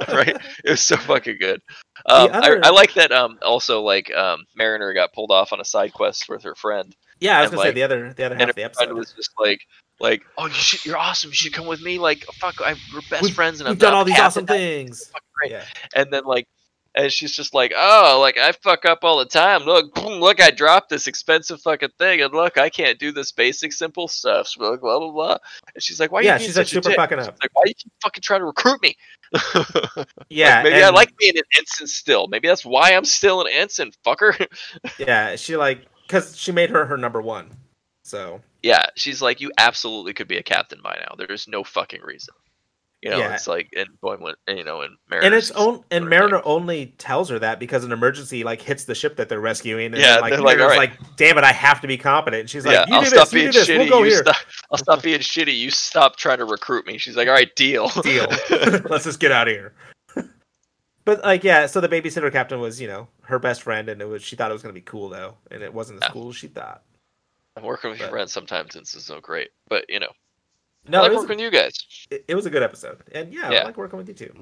S1: right? It was so fucking good. Um,
S2: other-
S1: I, I like that. Um, also, like um, Mariner got pulled off on a side quest with her friend,
S2: Yeah, I was
S1: And,
S2: gonna say
S1: like,
S2: the other the other
S1: and
S2: half
S1: her
S2: of the
S1: friend
S2: episode.
S1: was just like, like, "Oh, you should, you're awesome. You should come with me. Like, fuck, I, we're best
S2: We've-
S1: friends, and
S2: We've
S1: I've
S2: done all these
S1: path
S2: awesome
S1: and that-
S2: things.
S1: fucking great."
S2: Yeah.
S1: And then like, and she's just like, "Oh, like I fuck up all the time. Look, boom, look, I dropped this expensive fucking thing, and look, I can't do this basic simple stuff. So, like, blah blah blah." And she's like, "Why
S2: yeah,
S1: you being
S2: she's like
S1: such a
S2: super
S1: dick?"
S2: fucking up.
S1: She's Like, why you keep fucking trying to recruit me?
S2: Yeah,
S1: Like, maybe I
S2: and-
S1: like being an ensign still. Maybe that's why I'm still an ensign, fucker.
S2: Yeah, she like because she made her her number one. So
S1: yeah, she's like, you absolutely could be a captain by now. There's no fucking reason. You know,
S2: Yeah.
S1: it's like, and Boimler, you know, and Mariner.
S2: and it's own and
S1: Right.
S2: Mariner only tells her that because an emergency like hits the ship that they're rescuing. And
S1: Yeah,
S2: then, like,
S1: they're like,
S2: Mariner's
S1: "All
S2: like, damn it, I have to be competent. And she's like,
S1: yeah,
S2: you
S1: I'll
S2: do
S1: stop
S2: this, you do
S1: being
S2: this,
S1: shitty.
S2: we'll go
S1: you
S2: here.
S1: stop, I'll stop being shitty. You stop trying to recruit me. She's like, all right, deal.
S2: Deal. Let's just get out of here. but like, yeah, so the babysitter captain was you know her best friend, and it was she thought it was gonna be cool though, and it wasn't as
S1: Yeah.
S2: cool as she thought.
S1: Working with your
S2: But-
S1: friends sometimes isn't so great, but you know,
S2: No,
S1: I like
S2: it, was
S1: working with you guys.
S2: a, it- it was a good episode, and yeah, I
S1: Yeah.
S2: like working with you too.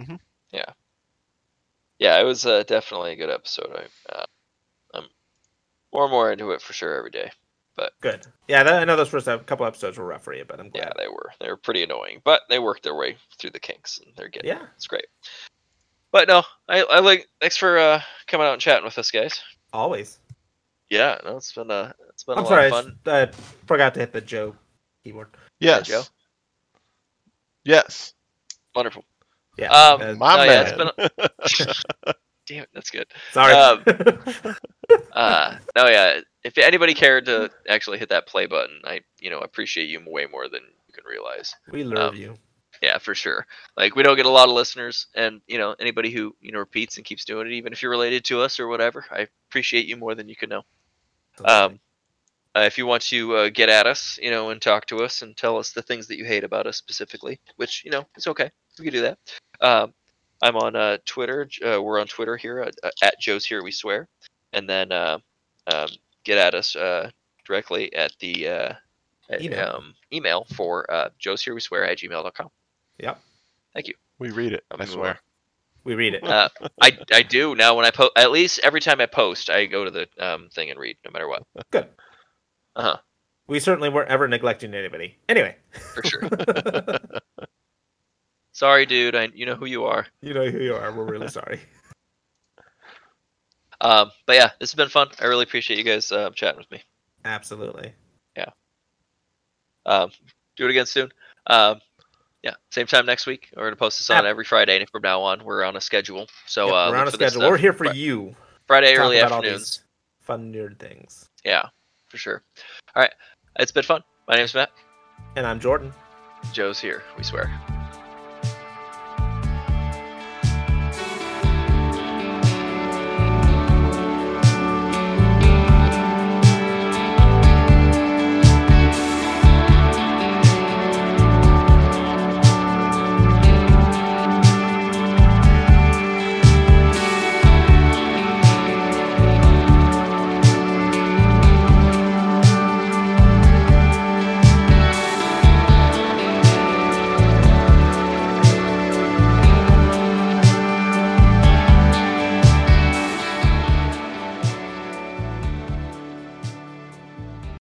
S1: Yeah, it was uh, definitely a good episode. I, uh, I'm more and more into it for sure every day.
S2: Good. Yeah, that, I know those first uh, couple episodes were rough for you, but I'm
S1: Yeah,
S2: glad.
S1: they were. They were pretty annoying, but they worked their way through the kinks, and they're getting.
S2: Yeah.
S1: It's great. But no, I, I like. Thanks for uh, coming out and chatting with us, guys.
S2: always.
S1: Yeah, no, it's been a it's been a
S2: I'm
S1: lot
S2: sorry, I
S1: of fun.
S2: s- I forgot to hit the Joe keyboard.
S3: yes.
S1: Joe?
S3: Yes.
S1: Wonderful.
S2: Yeah,
S1: Um,
S2: uh,
S3: My
S1: no, yeah, it's
S3: man.
S1: been. Damn it, that's good.
S2: sorry.
S1: um, Uh, no, yeah. If anybody cared to actually hit that play button, I you know appreciate you way more than you can realize.
S2: we love
S1: um,
S2: you.
S1: Yeah, for sure. Like we don't get a lot of listeners, and you know anybody who you know repeats and keeps doing it, even if you're related to us or whatever, I appreciate you more than you can know. Um, uh, if you want to uh, get at us, you know, and talk to us and tell us the things that you hate about us specifically, which you know it's okay, we can do that. Um, I'm on uh, Twitter. J- Uh, we're on Twitter here at, at Joe's Here We Swear, and then uh, um, get at us uh, directly at the uh, at,
S2: Email.
S1: Um, email for uh, Joe's Here We Swear at gmail.com.
S3: We read it,
S1: I'll
S3: I
S1: move
S3: swear.
S2: we read it.
S1: Uh, I I do now when I post. At least every time I post, I go to the um, thing and read, no matter what,
S2: we certainly weren't ever neglecting anybody. Anyway,
S1: for sure. Sorry, dude. I you know who you are.
S2: you know who you are. We're really sorry.
S1: Um, but yeah, this has been fun. I really appreciate you guys uh, chatting with me.
S2: Absolutely.
S1: Um, do it again soon. Um, Yeah, same time next week. We're gonna post this on
S2: Yeah.
S1: every Friday from now on. We're on a schedule, so uh,
S2: Yep, we're
S1: look
S2: on a
S1: for this
S2: schedule. We're
S1: stuff
S2: here for
S1: Fri-
S2: you.
S1: Friday
S2: Talk
S1: early
S2: about all
S1: afternoons.
S2: these fun nerd things.
S1: Yeah, for sure. All right, it's been fun. My name's Matt.
S2: And I'm Jordan.
S1: Joe's here. We swear.